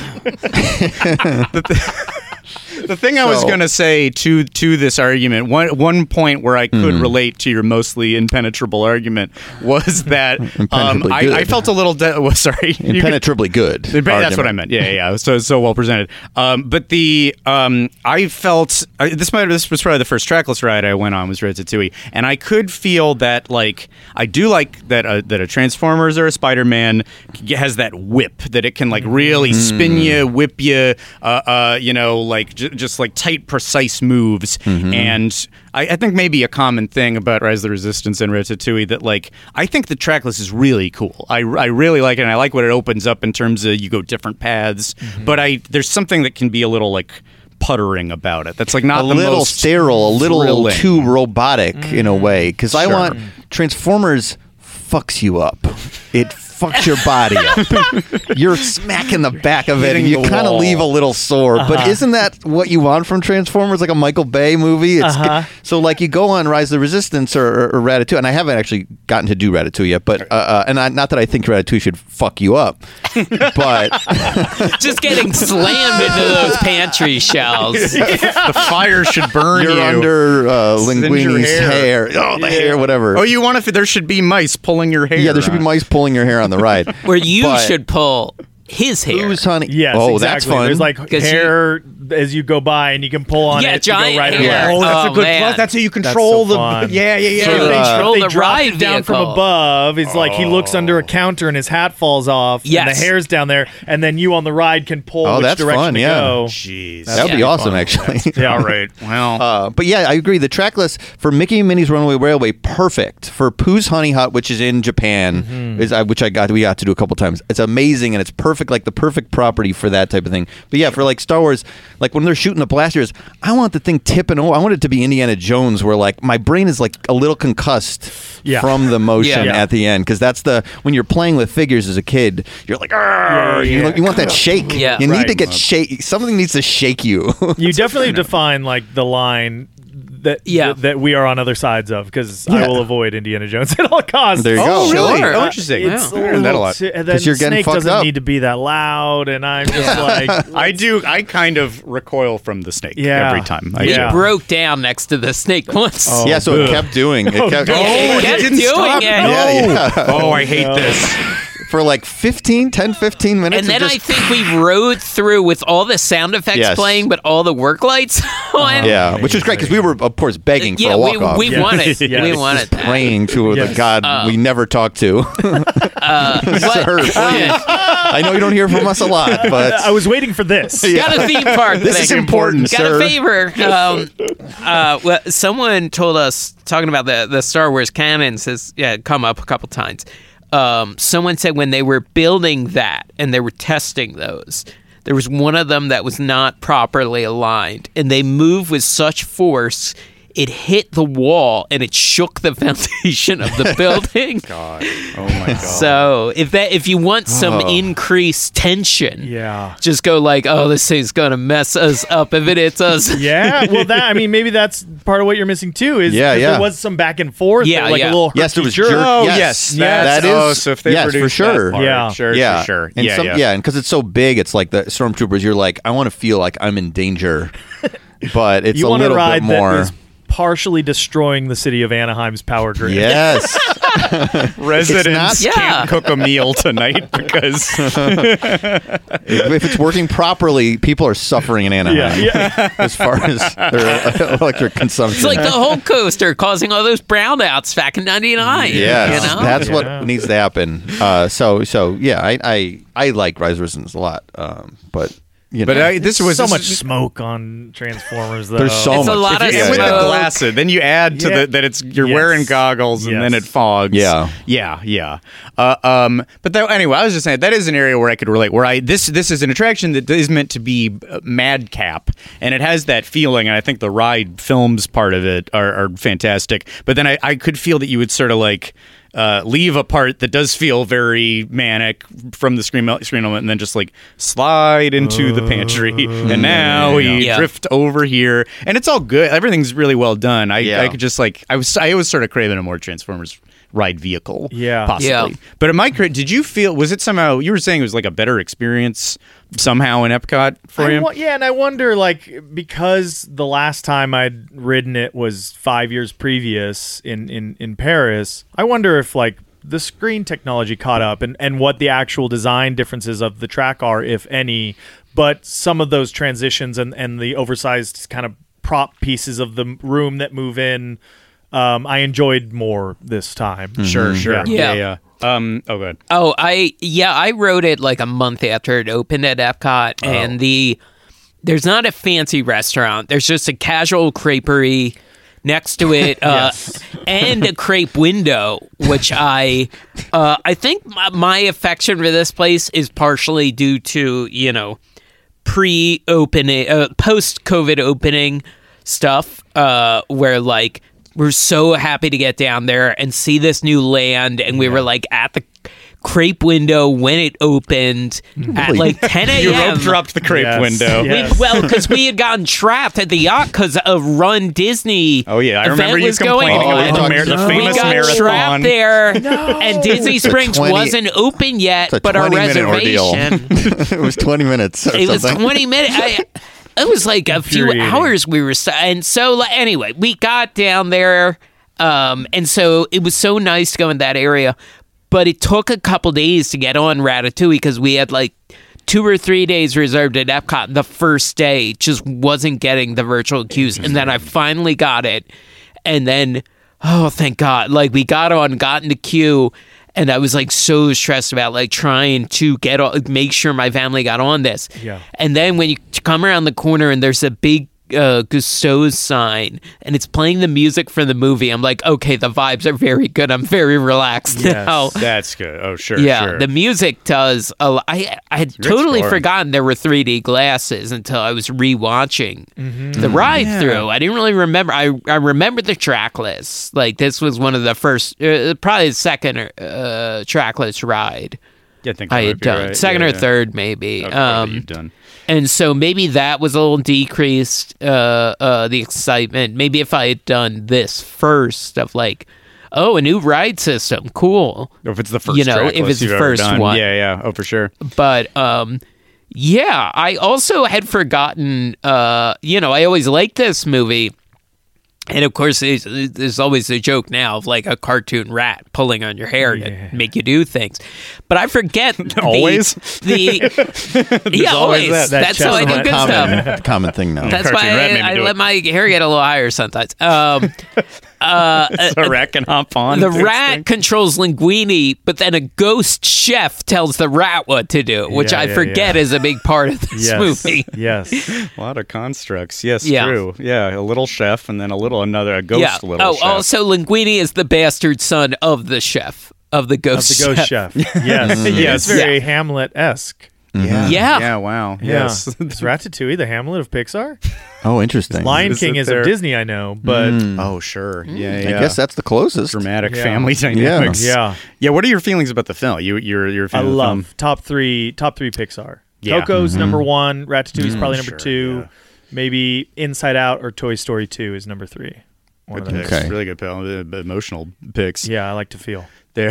The thing I was So- going to say to to this argument, one one point where I could Mm-hmm. relate to your mostly impenetrable argument was that um, Impenetrably I, good. I felt a little. De- well, sorry, You could- impenetrably good. That's what I meant. Yeah, yeah. yeah. So so well presented. Um, but the um, I felt I, this might this was probably the first trackless ride I went on was Ratatouille, and I could feel that like I do like that uh, that a Transformers or a Spider Man has that whip that it can like really spin Mm-hmm. you, whip you, uh, uh, you know, like j- just like tight, precise moves. And I, I think maybe a common thing about Rise of the Resistance and Ratatouille that like I think the tracklist is really cool. I, I really like it, and I like what it opens up in terms of you go different paths. But I there's something that can be a little like puttering about it. That's like not a the little most sterile, a little thrilling. too robotic in a way. Because I Sure. want Transformers fucks you up. It fucks your body up. You're smacking the back of it, and Hitting you the kind of wall. Uh-huh. leave a little sore. But isn't that what you want from Transformers? Like a Michael Bay movie. It's so like you go on Rise of the Resistance or, or, or Ratatouille, and I haven't actually gotten to do Ratatouille yet. But uh, uh, and I, not that I think Ratatouille should fuck you up, but. Just getting slammed into those pantry shells. the fire should burn You're you. under uh, Singe your Linguini's hair. hair. Oh, the hair, whatever. Oh, you want to? There should be mice pulling your hair. yeah, there should be on. mice pulling your hair on the ride. Where you But- should pull his hair. Who's honey? Yes, oh, exactly. that's fun. There's like 'Cause you- hair as you go by, and you can pull on Yeah, it. to go giant right and hair. left. Oh, that's a Oh, good man. plus. That's how you control the- fun. yeah, yeah, So, They- uh, Control they the dropped ride it down from vehicle. above. It's like he looks Oh. under a counter and his hat falls off. and Yes. the hair's down there, and then you on the ride can pull Oh, which that's direction fun, to yeah. go. Jeez. that would be Yeah. awesome, actually. Yeah, All right. Well, Uh, but yeah, I agree. The track list for Mickey and Minnie's Runaway Railway, perfect for Pooh's Honey Hut, which is in Japan, Mm-hmm. is I which I got we got to do a couple times. It's amazing and it's perfect, like the perfect property for that type of thing. But yeah, for like Star Wars, like when they're shooting the blasters, I want the thing tipping over. I want it to be Indiana Jones, where like my brain is like a little concussed Yeah. from the motion Yeah. at the end, because that's the when you're playing with figures as a kid, you're like, "Arr," you, you want that shake. Yeah. you need to Right. get shake. Something needs to shake you. You definitely define like the line that Yeah. that, that we are on other sides of because Yeah. I will avoid Indiana Jones at all costs. There you go. really? Uh, Oh, interesting. It's Wow. a I learned that a little lot. too- and 'Cause then you're getting Snake fucked doesn't up. need to be that loud, and I'm just like, I do. I kind of recoil from the snake Yeah. every time. I Yeah. do. Broke down next to the snake once. yeah, so it kept doing. Oh. It kept, It kept doing it. Yeah, yeah. Oh, I hate this. for like 15, 10, 15 minutes. And it then I just- think we rode through with all the sound effects Yes. playing, but all the work lights on. yeah, which was great because we were, of course, begging for Yeah, a we, walk off. we Uh, Yeah. wanted, Yeah. we This wanted that. praying to Yes. the God we never talk to. But- Sir, please. I know you don't hear from us a lot, but I was waiting for this. Got a theme park. This thing. is important, Got sir. a favor. Um, uh, well, someone told us talking about the the Star Wars canons has yeah come up a couple times. Um, someone said when they were building that and they were testing those, there was one of them that was not properly aligned, and they moved with such force. It hit the wall and it shook the foundation of the building. Oh my god. So if that if you want some Oh. increased tension, Yeah. just go like, oh, this thing's gonna mess us up if it hits us. Yeah, well, that I mean, maybe that's part of what you're missing too. Is Yeah, if yeah. There was some back and forth. Yeah, like yeah. a little. yes, there was herky-jerky. jerk. Oh yes, yes, that that's- is. Oh, so if they yes, produced for sure. that part, Yeah. sure, yeah, for sure. And yeah, some, yeah, and because it's so big, it's like the stormtroopers. You're like, I want to feel like I'm in danger, but it's You a want a little ride bit more. that is partially destroying the city of Anaheim's power grid. yes, Residents It's not- Yeah. can't cook a meal tonight because if it's working properly, people are suffering in Anaheim. Yeah, yeah. as far as their electric consumption. It's like the whole coaster causing all those brownouts back in '99. Yes, you know? that's what Yeah. needs to happen. Uh, so, so yeah, I, I, I like Rise of Resistance a lot, um, but you know, But I, this was so this much is- smoke on Transformers. Though. There's so It's a much. lot of If you- and with the smoke. glasses, then you add to Yeah. the that it's you're Yes. wearing goggles and then Yes. it fogs. Yeah. yeah, yeah. Uh, um, but that, anyway, I was just saying that is an area where I could relate. Where I this this is an attraction that is meant to be uh, madcap, and it has that feeling. And I think the ride films part of it are, are fantastic. But then I, I could feel that you would sort of like. Uh, leave a part that does feel very manic from the screen screen element, and then just like slide into the pantry, and now we Mm. Yeah. drift over here, and it's all good. Everything's really well done. I, Yeah. I could just like I was I was sort of craving a more Transformers ride vehicle. Yeah. possibly. Yeah. But am I correct? Did you feel? Was it somehow? You were saying it was like a better experience somehow in Epcot for I him. wa- yeah, and I wonder, like, because the last time I'd ridden it was five years previous in in in Paris. I wonder if like the screen technology caught up and and what the actual design differences of the track are, if any. But some of those transitions and and the oversized kind of prop pieces of the m- room that move in, um, I enjoyed more this time. Mm-hmm. Sure, sure. yeah. Yeah. yeah. Um. Oh, good. Oh, I yeah, I wrote it like a month after it opened at Epcot, and the there's not a fancy restaurant. There's just a casual creperie next to it, uh, and a crepe window, which I uh, I think my, my affection for this place is partially due to you know pre-opening, uh, post-COVID opening stuff, uh, where like we're so happy to get down there and see this new land, and we were like at the crepe window when it opened at really- like 10 a.m. You rope dropped the crepe Yes. window. Yeah. We, well, because we had gotten trapped at the yacht because a Run Disney. Oh, yeah, I event remember you was going complaining on. about the Oh, mar- the we famous got marathon. trapped there, and Disney Springs 20 wasn't open yet, It's a but our 20-minute ordeal. reservation. it was 20 minutes. Or it was something. twenty minutes. I, it was like a few Infuriating. hours we were st- and so like, anyway we got down there, um, and so it was so nice to go in that area, but it took a couple days to get on Ratatouille because we had like two or three days reserved at Epcot. The first day just wasn't getting the virtual queues, and then I finally got it, and then oh thank God! Like we got on, got in the queue and I was like so stressed about like trying to get all, make sure my family got on this. Yeah. And then when you come around the corner and there's a big uh, Gusteau's sign and it's playing the music from the movie, I'm like, okay, the vibes are very good. I'm very relaxed Yes. now. That's good. Oh, sure. Yeah, sure. the music does. A lo- I I had totally score. forgotten there were 3D glasses until I was rewatching Mm-hmm. Mm, the ride through. I didn't really remember. I I remembered the track list. Like this was one of the first, uh, probably the second uh, track list ride Yeah, I think I that had might be done. right. Second Yeah, or yeah. third, maybe. That probably Um, you've done. and so maybe that was a little decreased uh, uh, the excitement. Maybe if I had done this first of like, oh, a new ride system, cool. Or if it's the first, you know, track if list it's the you've ever first done. one. yeah, yeah. Oh, for sure. but um yeah i also had forgotten uh you know i always liked this movie and of course there's, there's always a joke now of like a cartoon rat pulling on your hair to make you do things but i forget the- Always? the yeah always, that- that that's how i do chestnut good stuff common, common thing now. that's Cartoon rat why made me I, I do let it. my hair get a little higher sometimes. Um, So Rack can hop on. uh, the and do its rat thing. controls linguini, but then a ghost chef tells the rat what to do, which Yeah, I yeah, forget is a big part of this Yes. movie. Yes. A lot of constructs. Yes, Yeah. true. Yeah, a little chef and then a little another a ghost yeah. little oh, chef. also Linguini is the bastard son of the chef of the Of ghost. the ghost chef. Yes. Yes. It's very Hamlet esque. yeah. Yeah. Yeah, wow. Yeah. Yes. Is Ratatouille the Hamlet of Pixar? Oh, interesting. Lion Is King it is of there? Disney, I know, Mm-hmm. but oh, sure. Hmm. Yeah, I yeah. guess that's the closest. dramatic Hmm. Yeah. family dynamics. Yeah. Yeah, what are your feelings about the film? You you're you're a I fan of the film? love top three. Top three Pixar. Yeah. Coco's number Mm-hmm. one. Ratatouille's Mm, probably number sure, two. yeah. Maybe Inside Out or Toy Story Two is number three. One of Good those. picks. Okay. Really good film. Uh, Emotional picks. Yeah, I like to feel. There.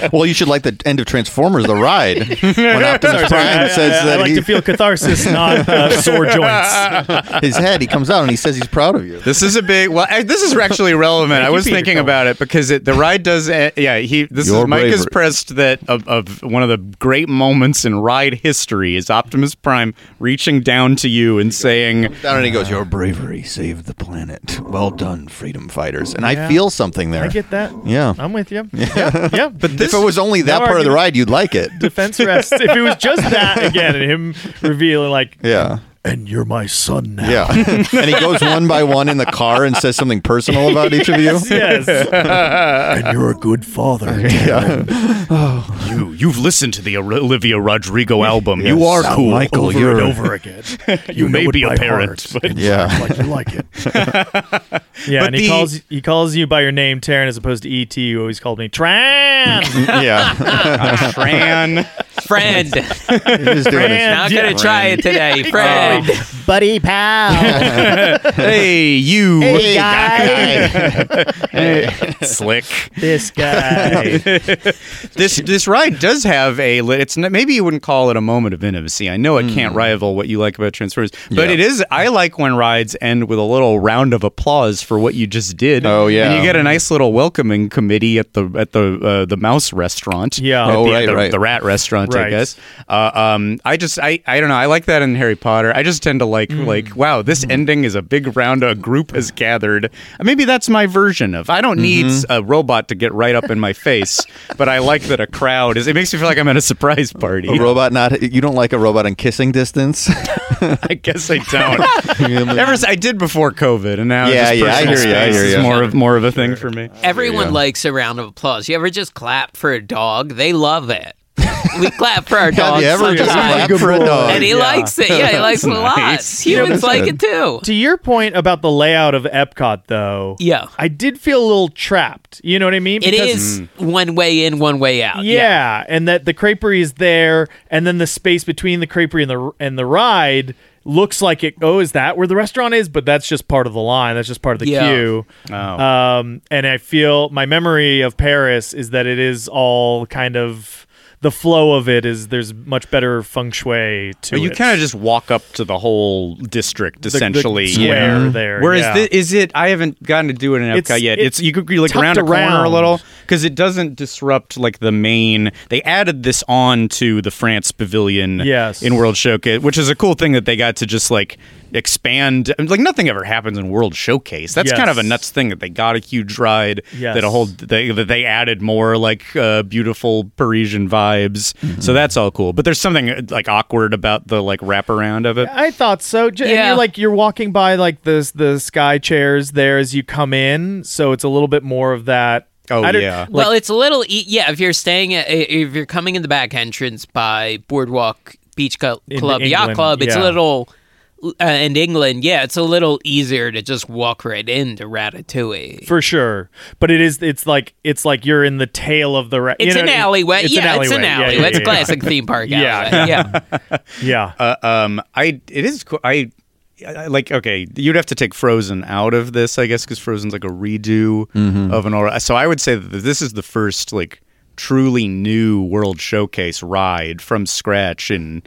Well, you should like the end of Transformers: The Ride when Optimus Prime says I, I that like he, to feel catharsis, not uh, sore joints. his head. He comes out and he says he's proud of you. This is a big. Well, I- this is actually relevant. I was Peter thinking Cullen. about it because it, the ride does. Uh, yeah, he. This Your is Mike is bravery. pressed that of, of one of the great moments in ride history is Optimus Prime reaching down to you and saying, Down and he goes, "Your bravery saved the planet. Well done, freedom fighters." And I feel something there. I get that. Yeah. I'm with you. Yeah, yeah. But if it was only that no part of the argument. ride, you'd like it. defense rest, if it was just that again, and him revealing like Yeah. and you're my son now. Yeah. and he goes one by one in the car and says something personal about each of you. Yes. And you're a good father. "You, you've listened to the Ori- Olivia Rodrigo album. You Yes. are Now, cool. Michael, you're again. You may know be it a by parent, heart. but- Yeah. Like you like it. Yeah, But and he the- calls he calls you by your name, Mm-hmm. Taryn, as opposed to E. T. who always called me Tran. Yeah. Tran. friend. He's doing his- Not gonna try it today, friend. buddy pal. hey, you hey guy, slick. this guy. This this ride does have a. li- It's n- maybe you wouldn't call it a moment of intimacy. I know it can't rival what you like about Transformers, but Hmm. Yeah. it is. I like when rides end with a little round of applause for what you just did. Oh, yeah. and you get a nice little welcoming committee at the at the uh, the mouse restaurant. Yeah. At Oh, the, right, the, right. the rat restaurant, I Right. guess. Uh, um, I just I I don't know. I like that in Harry Potter. I just tend to like Hmm. like wow, this ending is a big round. A group has gathered. Maybe that's my version of. I don't need Mm-hmm. a robot to get right up in my face, but I like that a crowd is. It makes me feel like I'm at a surprise party. A robot not you don't like a robot in kissing distance. I guess I don't. Ever s- I did before COVID, and now Yeah, just yeah, I personal hear you, I space hear is you. more of more of a thing for me. Everyone likes a round of applause. You ever just clap for a dog? They love it. We clap for our Have dogs you ever just sometimes. clapped for a dog? and he likes it. Yeah, he likes it a lot. Humans like it too. to your point about the layout of Epcot, though, Yeah. I did feel a little trapped. You know what I mean? Mm-hmm. It is one way in, one way out. Yeah, and that the creperie is there, and then the space between the creperie and the and the ride looks like it. Oh, is that where the restaurant is? But that's just part of the line. That's just part of the Yeah. queue. Oh. Uh, Um, and I feel my memory of Paris is that it is all kind of the flow of it is there's much better feng shui to But you it. kind of just walk up to the whole district, The- the essentially. square there. Whereas, yeah. thi- is it? I haven't gotten to do it in Epcot It's- yet. it's It's you could you like tucked round a corner a around. little because it doesn't disrupt like the main. They added this on to the France Pavilion, Yes. in World Showcase, which is a cool thing that they got to just like expand. I mean, Like nothing ever happens in World Showcase. That's kind of a Yes. nuts thing that they got a huge ride Yes. that a whole they, that they added more like uh, beautiful Parisian vibes. So that's all cool. But there's something uh, like awkward about the like wraparound of it. I thought so. J- And Yeah. you're like you're walking by like the the sky chairs there as you come in, so it's a little bit more of that. Oh, I don't- yeah. like- well, it's a little. e- Yeah, if you're staying, at, if you're coming in the back entrance by Boardwalk Beach Cl- In Club Yacht England, Club, it's a yeah. little. Uh, and England, yeah, it's a little easier to just walk right into Ratatouille. for sure. But it is. It's like it's like you're in the tail of the. Ra- you It's know, an it- alleyway. It's yeah, an alleyway. it's an Yeah, alleyway. yeah, it's yeah, classic theme park Yeah. alleyway. Yeah. Yeah. Uh, um, I it is cool. I, I like okay. You'd have to take Frozen out of this, I guess, because Frozen's like a redo of an old. So I would say that this is the first like truly new World Showcase ride from scratch in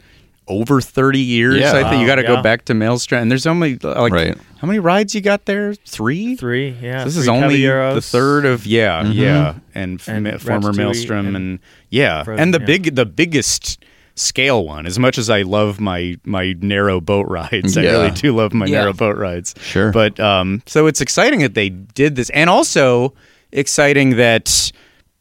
over 30 years. Yeah. I think you Wow, got to go yeah. back to Maelstrom. And there's only like Right. how many rides you got there? Three. Three. Yeah. This is three only Caballeros. the third of yeah, yeah, and, f- And ma- former Ratatouille Maelstrom and, and yeah, Frozen, and the yeah. big the biggest scale one. As much as I love my my narrow boat rides, I Yeah. really do love my Yeah. narrow boat rides. Sure. but um, so it's exciting that they did this, and also exciting that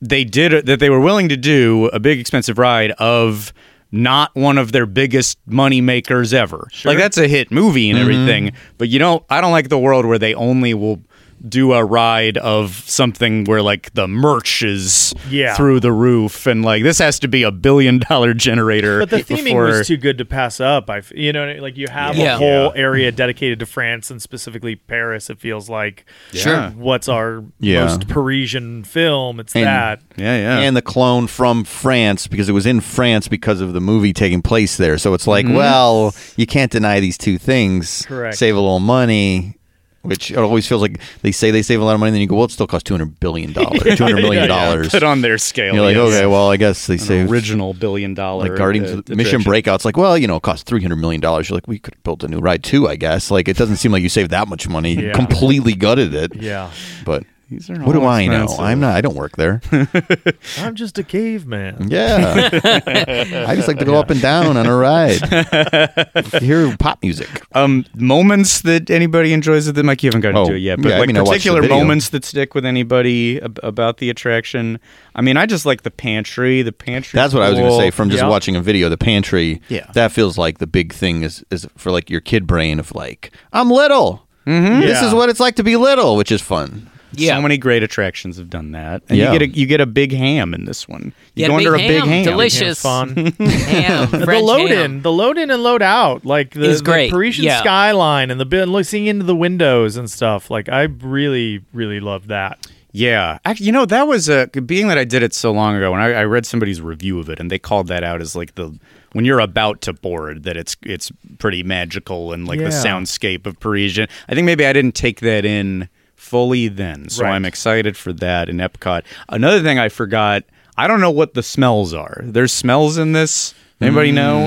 they did that they were willing to do a big expensive ride of. Not one of their biggest money makers ever. Like that's a hit movie Mm-hmm. and everything, but you don't. I don't like the world where they only will do a ride of something where like the merch is Yeah. through the roof and like this has to be a billion dollar generator. But the theming before- was too good to pass up. I, f- you know, what I mean? like you have Yeah. a whole area dedicated to France and specifically Paris. It feels like Sure. What's our Yeah. most Parisian film? It's And- that. yeah, yeah. and the clone from France because it was in France because of the movie taking place there. So it's Mm-hmm. like, well, you can't deny these two things. Correct. Save a little money, which it always feels like they say they save a lot of money, then you go, well, it still costs two hundred billion dollars, two hundred million dollars. put on their scale. And you're like, yes. okay, well, I guess they An saved original billion dollar like Guardians uh, of the Mission attraction. Breakout. It's like, well, you know, it costs three hundred million dollars. You're like, we could have built a new ride too, I guess. Like, it doesn't seem like you saved that much money. You Yeah. Completely gutted it. Yeah. But These are what do all I know? expensive. I'm not. I don't work there. I'm just a caveman. Yeah. I just like to go up and down on a ride. Hear pop music. Um, moments that anybody enjoys with the Mike, you haven't gotten Oh, to it yet, but yeah, I like mean, I watched the particular video. moments that stick with anybody ab- about the attraction. I mean, I just like the pantry. The pantry. That's what I was going to say from just Yeah. watching a video, the pantry. Yeah. That feels like the big thing is, is for like your kid brain of like, I'm little. Mm-hmm. This Yeah. is what it's like to be little, which is fun. Yeah. So many great attractions have done that, and Yeah. you get a you get a big ham in this one. You Yeah, go big under a big ham, ham. delicious Fun. ham, the French load ham. in, the load in and load out, like the, Is the great, Parisian yeah. skyline and the bit, look, seeing into the windows and stuff. Like I really, really love that. Yeah, actually, you know that was a being that I did it so long ago, and I, I read somebody's review of it, and they called that out as like the when you're about to board that it's it's pretty magical and like Yeah. the soundscape of Parisian. I think maybe I didn't take that in fully then, so Right. I'm excited for that in Epcot. Another thing I forgot, I don't know what the smells are. There's smells in this. Anybody know?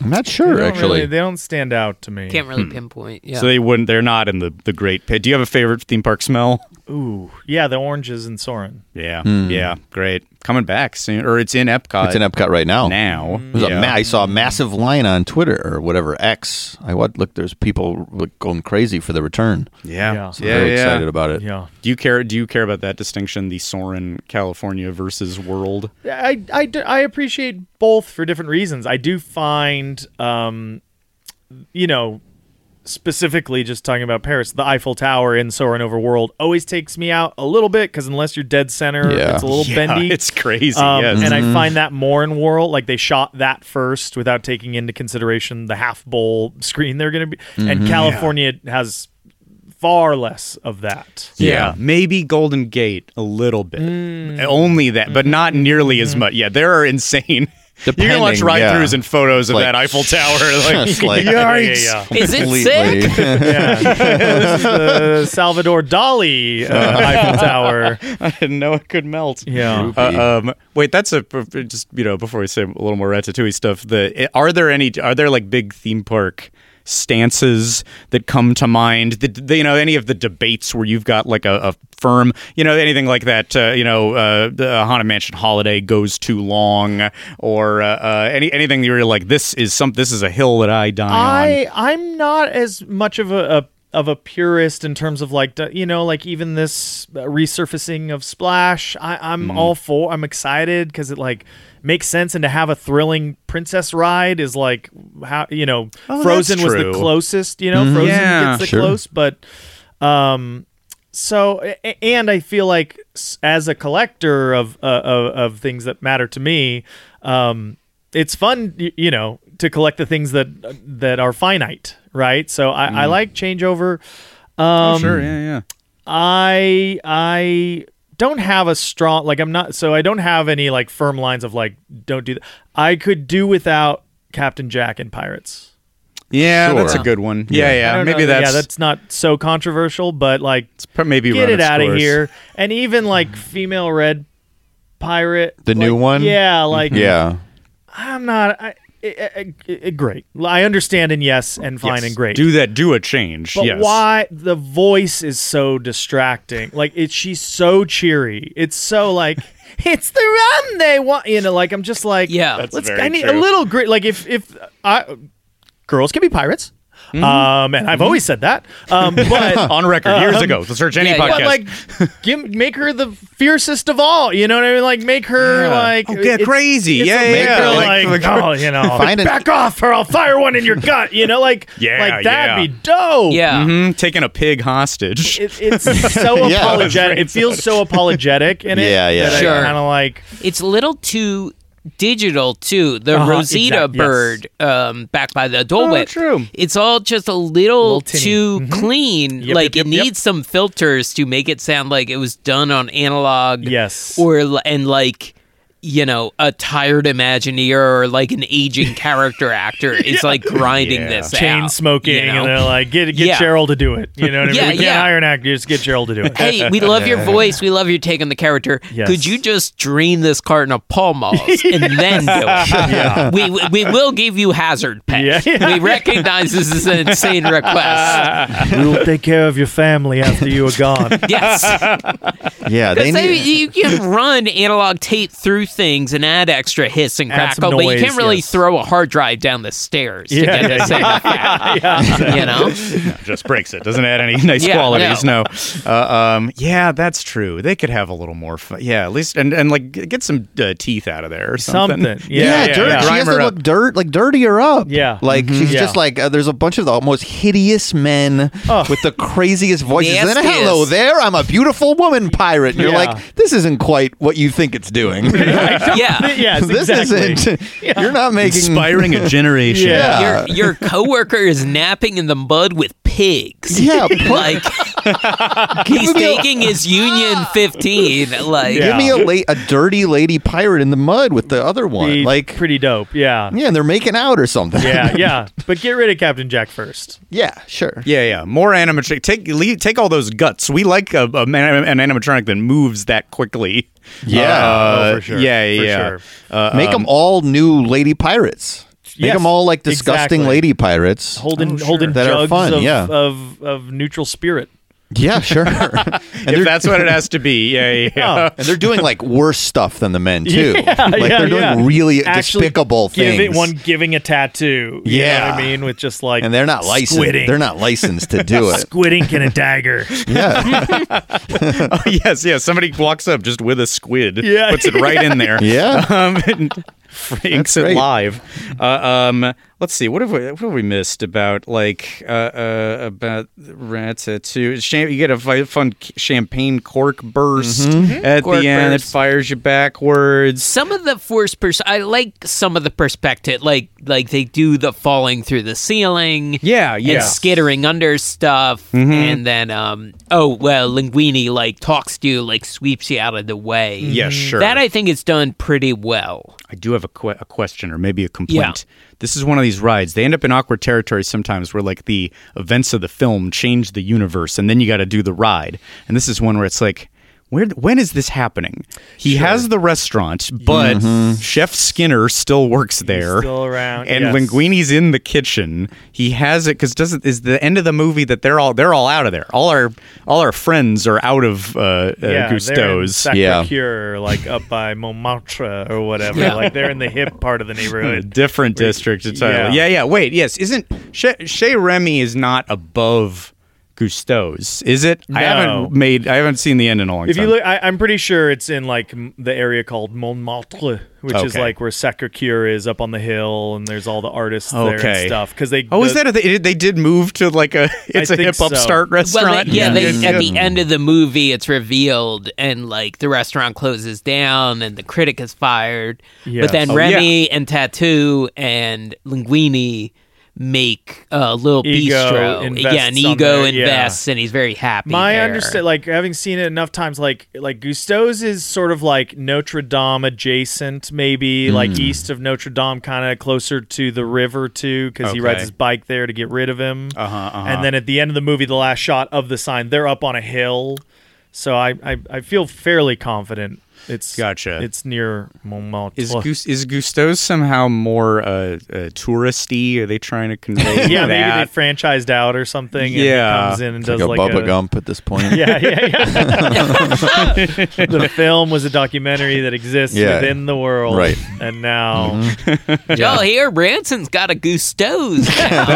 I'm not sure They don't actually. really- they don't stand out to me. Can't really pinpoint. Yeah. Hmm. So they wouldn't. They're not in the the great pit. Do you have a favorite theme park smell? Ooh, yeah, the oranges and Soren. Yeah, yeah, great. Coming back soon, or it's in Epcot. It's in Epcot right now. now. There's Yeah. a ma- I saw a massive line on Twitter or whatever X. I what look. There's people like, going crazy for the return. Yeah, So very excited about it. Yeah. Do you care? Do you care about that distinction? The Soren California versus World. I, I, d- I appreciate both for different reasons. I do find, um, you know, specifically just talking about Paris, the Eiffel Tower in Soarin' Over World always takes me out a little bit because unless you're dead center, Yeah. it's a little Yeah, bendy. It's crazy. Um, yes. And I find that more in World, like they shot that first without taking into consideration the half bowl screen they're going to be. And California has far less of that. Mm-hmm. yeah. maybe Golden Gate a little bit, Mm. only that, Mm-hmm. but not nearly as much. Yeah, there are insane. You can watch Depending, ride-throughs yeah. and photos of Like, that Eiffel Tower. Like, It's like, yikes! yeah, Is it completely- sick? the Salvador Dali uh, Eiffel Tower. I didn't know it could melt. Yeah. Uh, um, wait, that's a just you know before we say a little more Ratatouille stuff. The are there any are there like big theme park stances that come to mind? The, the- you know any of the debates where you've got like a, a firm you know anything like that? Uh, you know, uh, the Haunted Mansion Holiday goes too long, or uh, uh, any anything that you're like this is some this is a hill that I die on. I I'm not as much of a, a of a purist in terms of like d- you know like even this uh, resurfacing of Splash. I, I'm Mm-hmm. all for. I'm excited because it like makes sense and to have a thrilling princess ride is like how you know Oh, Frozen that's was true. the closest. You know Frozen Yeah, gets the sure. close, but um so a- a- and I feel like s- as a collector of uh, of, of things that matter to me, um, it's fun y- you know to collect the things that that are finite, right? So I, I like changeover. Um, sure, yeah, yeah. I I don't have a strong like I'm not so I don't have any like firm lines of like don't do that. I could do without Captain Jack and Pirates. Yeah, Sure. that's a good one. Yeah, I yeah. don't Maybe know, that's, yeah, that's not so controversial, but like maybe get run it its out of course. here. And even Mm. like female red pirate, The like, new one? Yeah, Mm-hmm. like Yeah. I'm not. I, I, I, I- great. I understand and yes and fine Yes. and great. Do that. Do a change. but yes. why the voice is so distracting? Like it's she's so cheery. It's so like it's the run they want. You know, like I'm just like Yeah. That's Let's. very I need true. a little grit. Like if if I girls can be pirates. Mm-hmm. Um, and I've always said that. Um, but on record years ago. The Search Any yeah, yeah. podcast. But, But like, give, make her the fiercest of all. You know what I mean? Like, make her like Oh, get it's- crazy. it's Yeah, a- yeah, Make yeah. her Like- like, oh, you know, Find an- back off, or I'll fire one in your gut. You know, like, Yeah, like yeah. that'd be dope. Yeah. Mhm, taking a pig hostage. It, it's so Yeah. apologetic. It feels so apologetic in it. Yeah, yeah. That Sure. I kind of like. It's a little too digital too. The Uh-huh, Rosita exact- yes. bird um, back by the Dole Oh, Whip. true. It's all just a little, tinny. Mm-hmm. too clean. Yep, like yep, it yep, yep. needs some filters to make it sound like it was done on analog. Yes. Or l- and like you know a tired Imagineer or like an aging character actor is like grinding this Chain out, smoking, you know? and they're like, "Get get Yeah. Cheryl to do it." You know what I mean? Yeah, we can't yeah. hire an actor; just get Cheryl to do it. Hey, we love your voice. We love your take on the character. Yes. Could you just drain this carton of Pall Malls and then do it? We, we we will give you hazard pay. Yeah, yeah. We recognize this is an insane request. we'll take care of your family after you are gone. Yes, Yeah. They Because, I need, mean, you can run analog tape through things and add extra hiss and Add some crackle, but noise, you can't really yes. throw a hard drive down the stairs to Yeah, get yeah, the same effect. You know, Just breaks it. Doesn't add any nice Yeah, qualities. No. Uh, um, yeah, that's true. They could have a little more fun. Yeah, at least and and like g- get some uh, teeth out of there or something. Something. yeah, Yeah, dirt. yeah. She Grime has to her look dirt, like dirtier up. Yeah. like she's Yeah. just like uh, there's a bunch of the most hideous men Oh. with the craziest voices. And then, Nastiest. hello there, I'm a beautiful woman pirate. And you're Yeah. like, this isn't quite what you think it's doing. yeah. yes, this exactly. isn't. You're not making Inspiring a generation. Yeah. Yeah, Your your coworker is napping in the mud with pigs. yeah. put- like He's taking his Union 15. Like, Give me a late, a dirty lady pirate in the mud with the other one. Be like, pretty dope. Yeah. yeah, and they're making out or something. Yeah, yeah. But get rid of Captain Jack first. yeah, sure. Yeah, yeah. More animatronic. Take leave, take all those guts. We like a, a, an animatronic that moves that quickly. Yeah. Uh, Oh, for sure. Yeah, yeah. For yeah. sure. Uh, Make them all new lady pirates. Make um, Yes, them all like disgusting exactly. lady pirates. Holding holding That are jugs fun, of, uh, yeah. of of neutral spirit. Yeah, sure. and, if they're, that's what it has to be. Yeah, yeah. yeah. and they're doing like worse stuff than the men too. Oh. Yeah, like yeah, they're doing yeah. really Actually, despicable give things. it one giving a tattoo. You know Yeah. what I mean? With just like and they're not licensed. squidding. They're not licensed to do it. squid ink and a dagger. yeah, Oh, yes, yes. Somebody walks up just with a squid. Yeah. Puts it right in there. yeah. Um, and inks it great. live. Uh, um, let's see. What have we? What have we missed about like uh, uh, about Ratatouille? Cham- you get a fi- fun c- champagne cork burst at Cork the end. It burst. fires you backwards. some of the force person I like some of the perspective like like they do the falling through the ceiling Yeah, yeah. Mm-hmm. and skittering under stuff and then um oh well linguini like talks to you like sweeps you out of the way Yeah, sure. that I think is done pretty well I do have a, que- a question or maybe a complaint. This is one of these rides. They end up in awkward territory sometimes where, like, the events of the film change the universe, and then you got to do the ride. And this is one where it's like, where, when is this happening? He has the restaurant, but Chef Skinner still works there. Mm-hmm. still around, and yes. Linguini's in the kitchen. He has it because doesn't is the end of the movie that they're all they're all out of there. All our all our friends are out of uh, uh, yeah, Gusto's. They're in Yeah. Sacre-Cœur, like up by Montmartre or whatever. Like they're in the hip part of the A neighborhood. different district entirely. Yeah. yeah. yeah, Wait, yes. Isn't Che, Che Remy is not above Gusto's, is it? I No. haven't made. I haven't seen the end in a long If time. you look, I, I'm pretty sure it's in like m- the area called Montmartre, which is Okay. like where Sacre-Cœur is up on the hill, and there's all the artists there Okay. and stuff. Because they oh, the, is that a, they, they did move to like a? It's a think hip so. upstart restaurant. well they, yeah they, at the end of the movie it's revealed and like the restaurant closes down and the critic is fired Yes. but then Oh, Remy and Tattoo and Linguini make a little Ego bistro invests yeah and on ego there, yeah. invests and he's very happy My there. understand, like having seen it enough times, like like Gusto's is sort of like Notre Dame adjacent, maybe like east of Notre Dame, kind of closer to the river too, because he rides Okay. his bike there to get rid of him. Uh-huh, And then at the end of the movie, the last shot of the sign, they're up on a hill. So I I, I feel fairly confident. It's Gotcha. It's near Montmartre. Is Gus- is Gusto's somehow more uh, uh, touristy? Are they trying to convey yeah, maybe that? they franchised out or something. and Yeah. he comes in and It's does like a like Bubba a, Gump at this point. yeah, yeah, yeah. the film was a documentary that exists Yeah. within the world, Right. And now, Mm-hmm. oh here Branson's got a Gusto's now.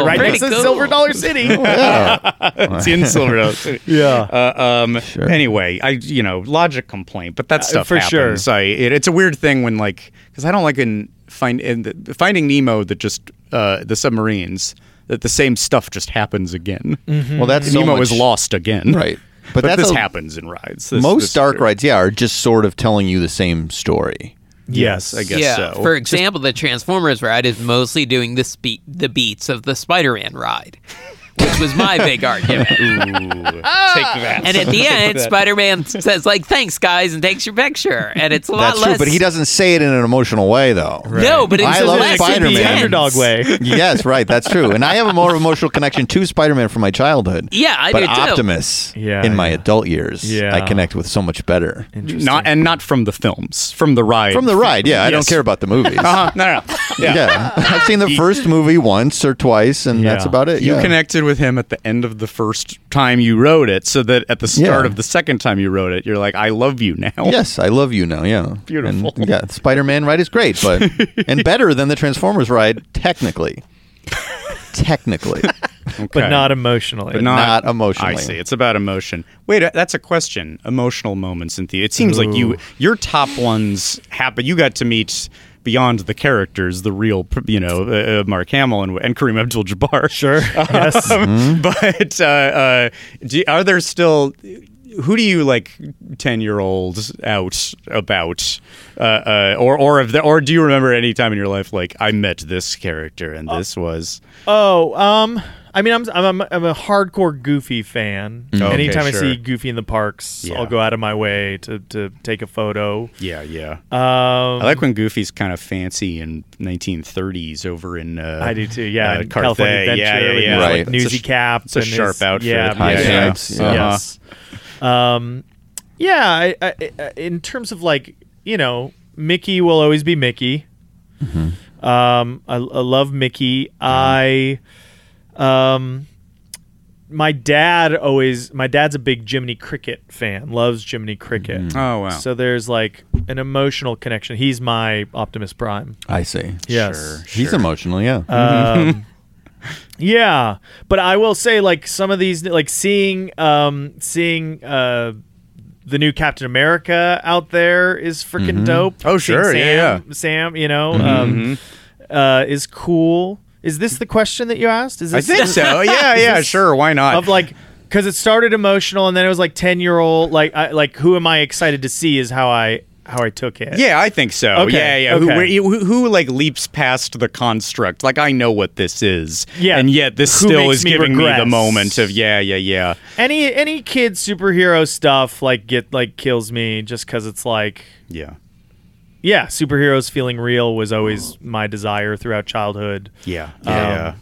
oh, right pretty next to cool. Silver Dollar City. it's in Silver Dome. yeah, Uh, um, Anyway, I you know logic complaint, but Uh, that stuff for sure. happens. I, it, it's a weird thing when like because I don't like in find in the, Finding Nemo that just uh, the submarines that the same stuff just happens again. Well, that's Mm-hmm. so Nemo much- is lost again, Right. But, But that's this a- happens in rides. This- Most this- dark rides, yeah, are just sort of telling you the same story. yes, I guess yeah, so. for example, the Transformers ride is mostly doing the spe- the beats of the Spider-Man ride, which was my big argument. Ah! And at the end, Spider-Man says like, "Thanks, guys," and takes your picture, and it's a lot That's less. true, but he doesn't say it in an emotional way, though. No, but it's I love less Spider-Man. the intense. underdog way. yes, right. That's true. And I have a more emotional connection to Spider-Man from my childhood. Yeah, I but do, too. Optimus, Yeah, in my yeah. adult years, Yeah. I connect with so much better not and not from the films, from the ride, from the ride. Yeah, I don't Yes. care about the movies. Uh-huh. No, no, no. Yeah. I've seen the first movie once or twice, and Yeah. that's about it. You yeah. connected with him at the end of the first time you wrote it, so that at the start Yeah. of the second time you wrote it, you're like, "I love you now." Yes, I love you now. Yeah, Beautiful. And, yeah, Spider-Man ride is great, but and better than the Transformers ride, technically. technically, but Okay. not emotionally. But not, not emotionally. I see. It's about emotion. Wait, uh, that's a question. Emotional moments in theater. It seems like you your top ones happen. You got to meet beyond the characters, the real, pr- you know, uh, uh, Mark Hamill and, and Kareem Abdul-Jabbar. sure. yes. But uh, uh, do, are there still? Who do you like? Ten year olds out about, uh, uh, or or if the, or do you remember any time in your life like I met this character and this was Oh, um, I mean, I'm I'm I'm a hardcore Goofy fan. Mm. Okay, Anytime I sure. see Goofy in the parks, Yeah. I'll go out of my way to to take a photo. Yeah, yeah. Um, I like when Goofy's kind of fancy in 1930s over in. Uh, I do too. Yeah, uh, in California Carthay. Adventure. Yeah, yeah, with yeah. his, Right. Like It's a newsy sh- cap. it's a and his- sharp outfit. Uh-huh. Yeah, High yeah, yeah. stripes, yeah. Yes. Um, yeah. I, I, I- in terms of like you know, Mickey will always be Mickey. Um, I, I love Mickey. I, um, my dad always. My dad's a big Jiminy Cricket fan. Loves Jiminy Cricket. Oh wow. So there's like an emotional connection. He's my Optimus Prime. I see. Yes. He's emotional, yeah. Yeah, but I will say like some of these like seeing um seeing uh the new Captain America out there is freaking dope. Oh, Seeing sure, Sam, yeah, Sam, you know, Mm-hmm. um uh is cool. Is this the question that you asked? Is I this think so. Yeah, yeah. Sure. Why not? of like because it started emotional and then it was like 10 year old like I, like who am I excited to see is how I how I took it. Yeah, I think so. Okay, Yeah, yeah. Who- okay. Who, who, who, like leaps past the construct? Like I know what this is. Yeah, and yet this who still makes is me giving me the regress. moment of yeah, yeah, yeah. Any any kid superhero stuff like get like kills me just cuz it's like Yeah. yeah, superheroes feeling real was always my desire throughout childhood. Yeah. Um,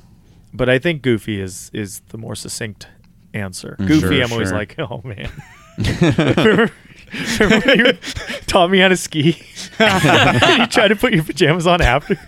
But I think Goofy is is the more succinct answer. Goofy, Sure, I'm always sure. like, oh man. Remember- remember when you taught me how to ski. you tried to put your pajamas on after.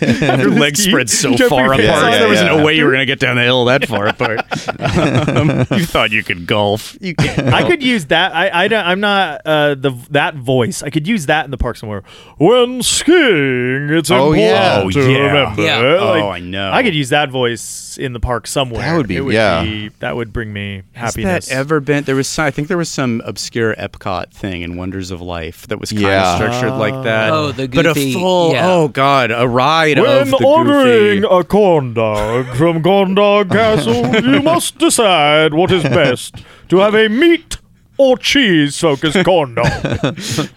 Your legs ski- spread so you jump far your apart. pants off. there was Yeah, no yeah. way you were gonna get down the hill that far apart. Um, you thought you could golf. You can't. I could use that. I, I don't, I'm not uh, the that voice. I could use that in the parks somewhere. When skiing, it's Oh, important yeah. to Oh, yeah. remember. Yeah. Oh, I know. I could use that voice in the park somewhere. That would be- It yeah. be- that would bring me Has happiness. that ever been? There was some, I think there was some obscure Epcot thing in Wonders of Life that was kind Yeah. of structured like that. Oh, the but a Goofy- full yeah. oh god, a ride of when the ordering Goofy. a corn dog from Gondog Castle, you must decide what is best to have a meat or cheese focused corn dog.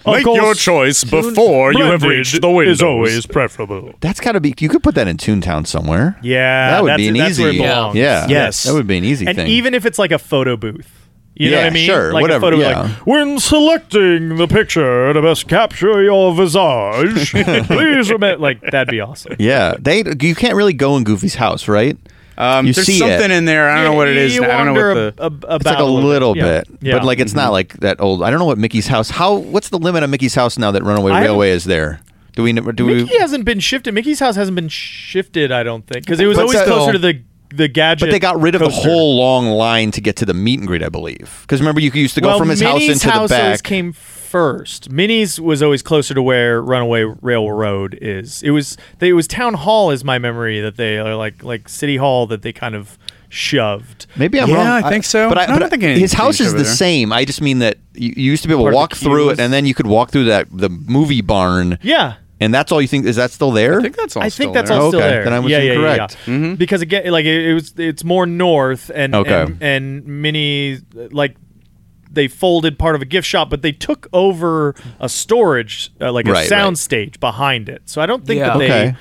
Of course, choice before blended Is always preferable. That's got to be. You could put that in Toontown somewhere. Yeah, that would that's- be an that's easy. where it yeah. belongs. yeah. Yes. that would be an easy And thing. even if it's like a photo booth. You know Yeah, what I mean? sure, like whatever, a photo yeah. booth. Like, when selecting the picture to best capture your visage, please remember. Like, that'd be awesome. yeah, they you can't really go in Goofy's house, right? Um, You there's see something it. in there. I don't know what it is. You now. I don't know wonder what the. ab- ab- It's like about a little Yeah. bit, Yeah. but like it's not like that old. I don't know what Mickey's house. How? What's the limit on Mickey's house now that Runaway I- Railway is there? Do we? kn- Do we? Mickey hasn't been shifted. Mickey's house hasn't been shifted, I don't think, because it was But always still- closer to the the gadget. But they got rid of coaster. the whole long line to get to the meet and greet, I believe. Because remember, you used to go well, from his Minnie's house into house the always back. came first. Minnie's was always closer to where Runaway Railroad is. It was they, it was Town Hall is my memory that they are like like City Hall that they kind of shoved. Maybe I'm Yeah, wrong. I think so. But I, No, I but don't think anything his house changed is over the there. same. I just mean that you, you used to be able Part of to the walk through it, queues. and then you could walk through that the movie barn. Yeah. And that's all you think is that still there? I think that's all. I still think that's there. Mm-hmm. all Oh, still okay. there. Then I was yeah, yeah, yeah, incorrect. yeah. Because again, like it, it was, it's more north, and Okay. and, and mini like they folded part of a gift shop, but they took over a storage uh, like a Right, sound right. stage behind it. So I don't think Yeah. that they Okay.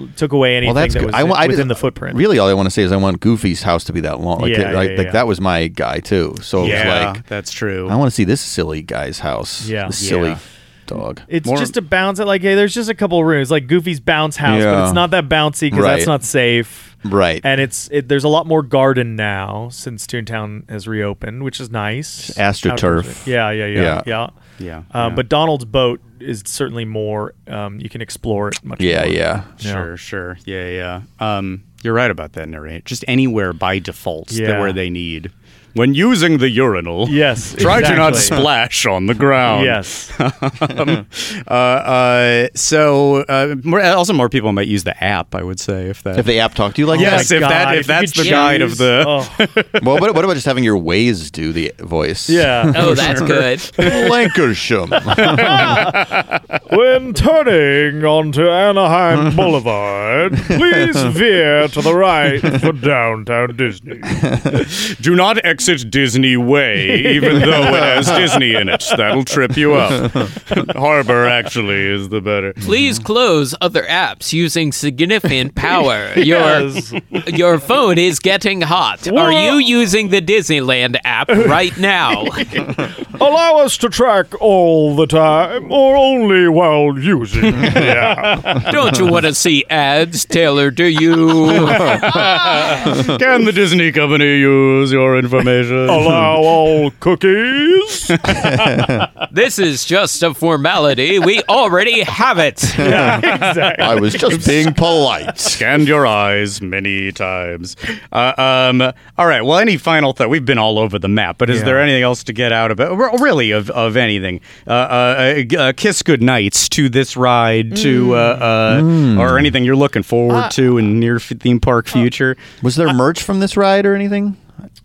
l- took away Well, anything that's that good. was I, wa- I within didn't- the footprint. Really, all I want to say is I want Goofy's house to be that long. Like, Yeah, I- yeah, like yeah. that was my guy too. So it Yeah, was Oh, like that's true. I want to see this silly guy's house. Yeah. this silly Yeah. dog. It's More- just a bounce. Like hey, there's just a couple rooms, like Goofy's bounce house, but Yeah. it's not that bouncy because Right. that's not safe. Right. And it's it, there's a lot more garden now since Toontown has reopened, which is nice. astroturf. Outdoors. Yeah, yeah, yeah, yeah. Yeah. Yeah, Um, yeah. But Donald's boat is certainly more. Um, you can explore it much. yeah, more. yeah. Sure, sure. Yeah, yeah. Um, you're right about that, narrate. Just anywhere by default that- Yeah. where they need. When using the urinal, Yes, try to not exactly. splash on the ground. Yes. Oh um, uh, uh, so, uh, more, also more people might use the app. I would say if that. If the app talked to you like Yes, that. if that- God, if you that's could the guide of choose- the- Oh, well, what, what about just having your ways do the voice? yeah. Oh, that's good. Lancashire. when turning onto Anaheim Boulevard, please veer to the right for downtown Disney. do not makes it Disney Way, even though it has Disney in it. That'll trip you up. Harbor actually is the better. Please close other apps using significant power. Your your phone is getting hot. Are you using the Disneyland app right now? Allow us to track all the time, or only while using. yeah. Don't you want to see ads, Taylor? Do you? Can the Disney company use your information? Allow all cookies. this is just a formality. We already have it. I was just being polite. Scanned your eyes many times. Uh, um, all right. Well, any final thought? We've been all over the map, but is there anything else to get out of it? Re- Really, of, of anything? Uh, uh, uh, kiss good nights to this ride, to uh, uh, or anything you're looking forward to in near f- theme park future. Was there merch from this ride or anything?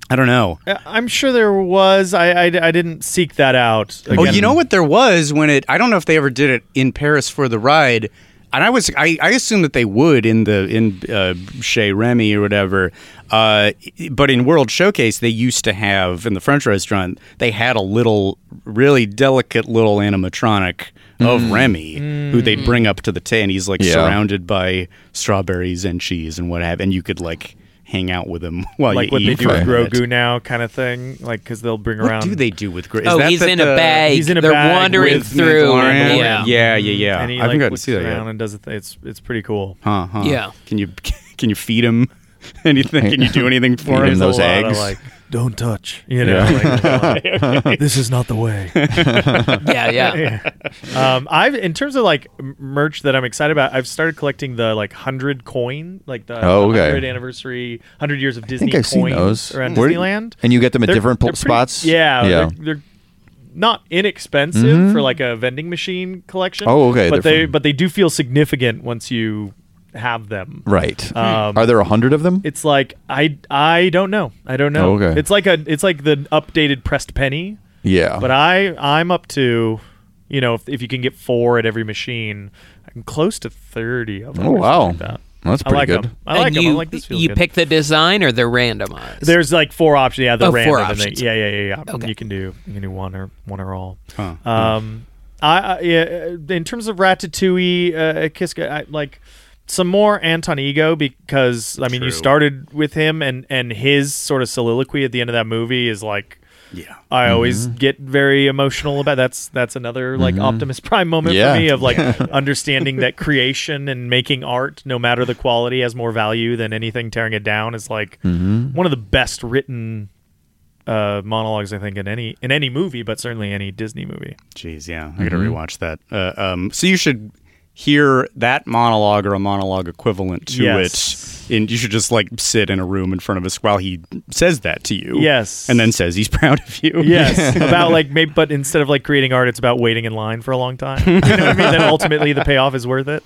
I don't know. Uh, I'm sure there was. I I, I didn't seek that out. Oh, Again, you know what there was when it? I don't know if they ever did it in Paris for the ride. And I was I, I assume that they would in the in uh, Chez Remy or whatever. Uh, but in World Showcase, they used to have in the French restaurant they had a little really delicate little animatronic of Remy who they'd bring up to the tent. He's like Yeah. surrounded by strawberries and cheese and what have, and you could like hang out with him while Like you what eat. they do for with a minute. Grogu now, kind of thing. Like because they'll bring What around. do they do with Grogu? Is oh, that he's that in, a the- bag. he's in a They're bag wandering with through. Mandalorian. Yeah. yeah, yeah, yeah. And I haven't he, like, gotten to looks see that around yet. And does a th- it's it's pretty cool. Huh, huh. Yeah. Can you can you feed him anything? Can you do anything for Feed him? him There's those a lot of, eggs. like, Don't touch. you know, like, This is not the way. yeah, yeah. um, I've in terms of like m- merch that I'm excited about. I've started collecting the like hundred coin, like the Oh, okay. hundred anniversary, hundred years of I Disney think I've coins seen those. around Where- Disneyland. And you get them at They're- different po- they're pretty- spots? Yeah, Yeah. Mm-hmm. They're, they're not inexpensive for like a vending machine collection. Oh, okay, But they're they from- but they do feel significant once you have them. Right. Um, Are there a hundred of them? It's like I I don't know. I don't know. Okay. It's like a it's like the updated pressed penny. yeah. But I I'm up to, you know, if, if you can get four at every machine, I'm close to thirty of them. oh or something wow, like that. that's I pretty like good. them. I like and them. you I like this. feels you good. pick the design or they're randomized. There's like four options. Yeah, they're Oh, four random. And options. they, yeah, yeah, yeah, yeah. Okay. You can do you can do one or one or all. Huh. Hmm. Um, I, I yeah, uh, in terms of Ratatouille, uh, Kiska, I, like some more Anton Ego because I mean you True. started with him and and his sort of soliloquy at the end of that movie is like. Yeah. I always Mm-hmm. get very emotional about that's that's another like Optimus Prime moment Yeah. for me of like understanding that creation and making art, no matter the quality, has more value than anything tearing it down. Is like Mm-hmm. one of the best written uh, monologues I think in any in any movie, but certainly any Disney movie. Jeez, yeah. I Mm-hmm. gotta rewatch that. Uh, um, so you should hear that monologue or a monologue equivalent to Yes. it, and you should just like sit in a room in front of us while he says that to you. Yes. and then says he's proud of you. Yes, about like maybe, but instead of like creating art, it's about waiting in line for a long time. You know what I mean? Then ultimately the payoff is worth it.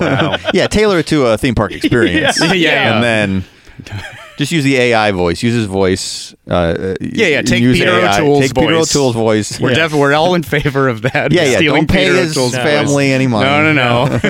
Wow. yeah, tailor it to a theme park experience. Yeah, yeah. and then just use the AI voice. Use his voice. Uh, Yeah, yeah, take Peter O'Toole's O'Toole's Take Peter voice. O'Toole's voice. We're yeah. definitely we're all in favor of that. Yeah, yeah. Stealing Don't pay Peter his O'Toole's voice. family any money. No, no,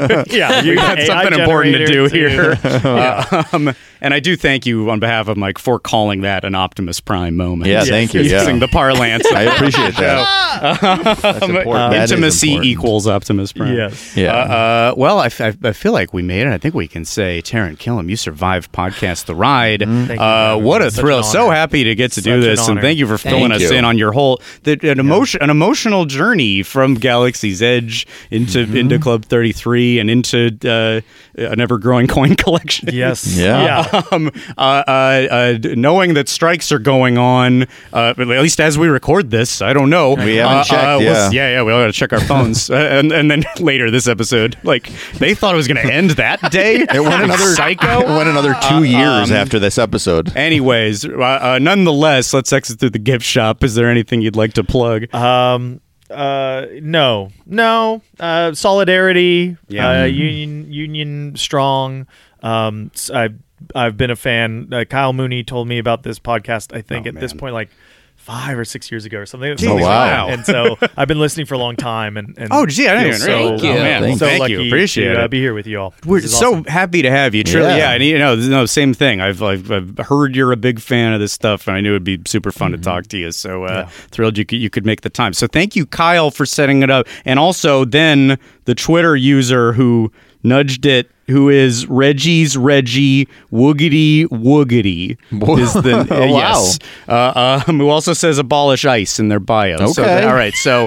no. yeah, we you got something important to do here. Uh, um, and I do thank you on behalf of Mike for calling that an Optimus Prime moment. Yeah, Yes. thank you, yeah. Using the parlance. I appreciate that. That's important. That is Intimacy important. equals Optimus Prime. Yes. Yeah. Uh, uh, well, I, f- I f- I feel like we made it. I think we can say, Taryn Killam, you survived podcast The Ride. Thank you, Uh, Taryn. what a Such an thrill! So honor. happy to get to do Such an this, and honor. thank you for filling Thank us you. in on your whole the, an emotion, an emotional journey from Galaxy's Edge into Mm-hmm. into Club Thirty Three and into uh, an ever growing coin collection. Yes. Yeah. Um, uh, uh, uh, d- knowing that strikes are going on, uh, at least as we record this, I don't know. We haven't Uh, checked, uh, we'll s- yeah. yeah, yeah, we all got to check our phones. uh, and, and then later this episode, like they thought it was going to end that day. It went another psycho. It went another Uh, two years um, after this episode. Anyways, uh, uh, nonetheless, let's exit through the gift shop. Is there anything you'd like to plug? Um. Uh. No. No. Uh. Solidarity. Yeah. Uh, union. Union strong. Um. s- I. I've been a fan. Uh, Kyle Mooney told me about this podcast. I think Oh, at this man. point, like five or six years ago or something. Jeez, Something like that. Oh, wow. And so I've been listening for a long time. And, and Oh, gee, I didn't feel even realize. so, Thank you. man, Thank so you. lucky Appreciate to, uh, it. be here with you all. We're This is so awesome. happy to have you. Truly, Yeah. yeah. And you know, no, same thing. I've, I've I've heard you're a big fan of this stuff, and I knew it'd be super fun Mm-hmm. to talk to you. So uh, thrilled you could, you could make the time. So thank you, Kyle, for setting it up, and also then the Twitter user who nudged it. Who is Reggie's Reggie Woogity Woogity? Is the uh, Wow. yes? Uh, um, who also says abolish ice in their bio. So Okay. that- all right. So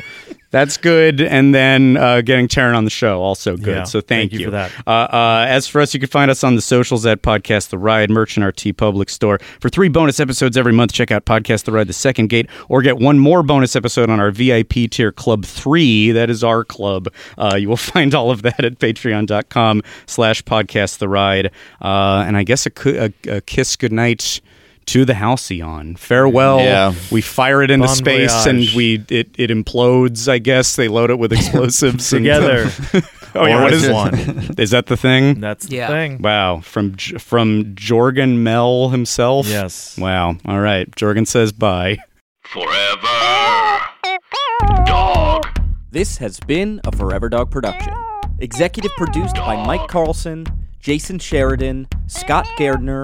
that's good. And then uh, getting Taryn on the show also good. Yeah. So thank, Thank you for that. uh, uh, as for us, you can find us on the socials at Podcast The Ride, merch in our T Public store. For three bonus episodes every month, check out Podcast The Ride, The Second Gate, or get one more bonus episode on our VIP tier Club 3. That is our club. Uh, you will find all of that at patreon.com slash podcast the ride. Uh, and I guess a, cu- a, a kiss goodnight to the Halcyon. Farewell. Yeah. We fire it into Bon space voyage. and we it, it implodes, I guess. They load it with explosives. and- together. oh, yeah. Or What it's is one. Is that the thing? That's the Yeah. thing. Wow, from J- from Jorgen Mel himself. Yes. Wow. All right. Jorgen says bye. This has been a Forever Dog production. Executive produced by Mike Carlson, Jason Sheridan, Scott Gardner,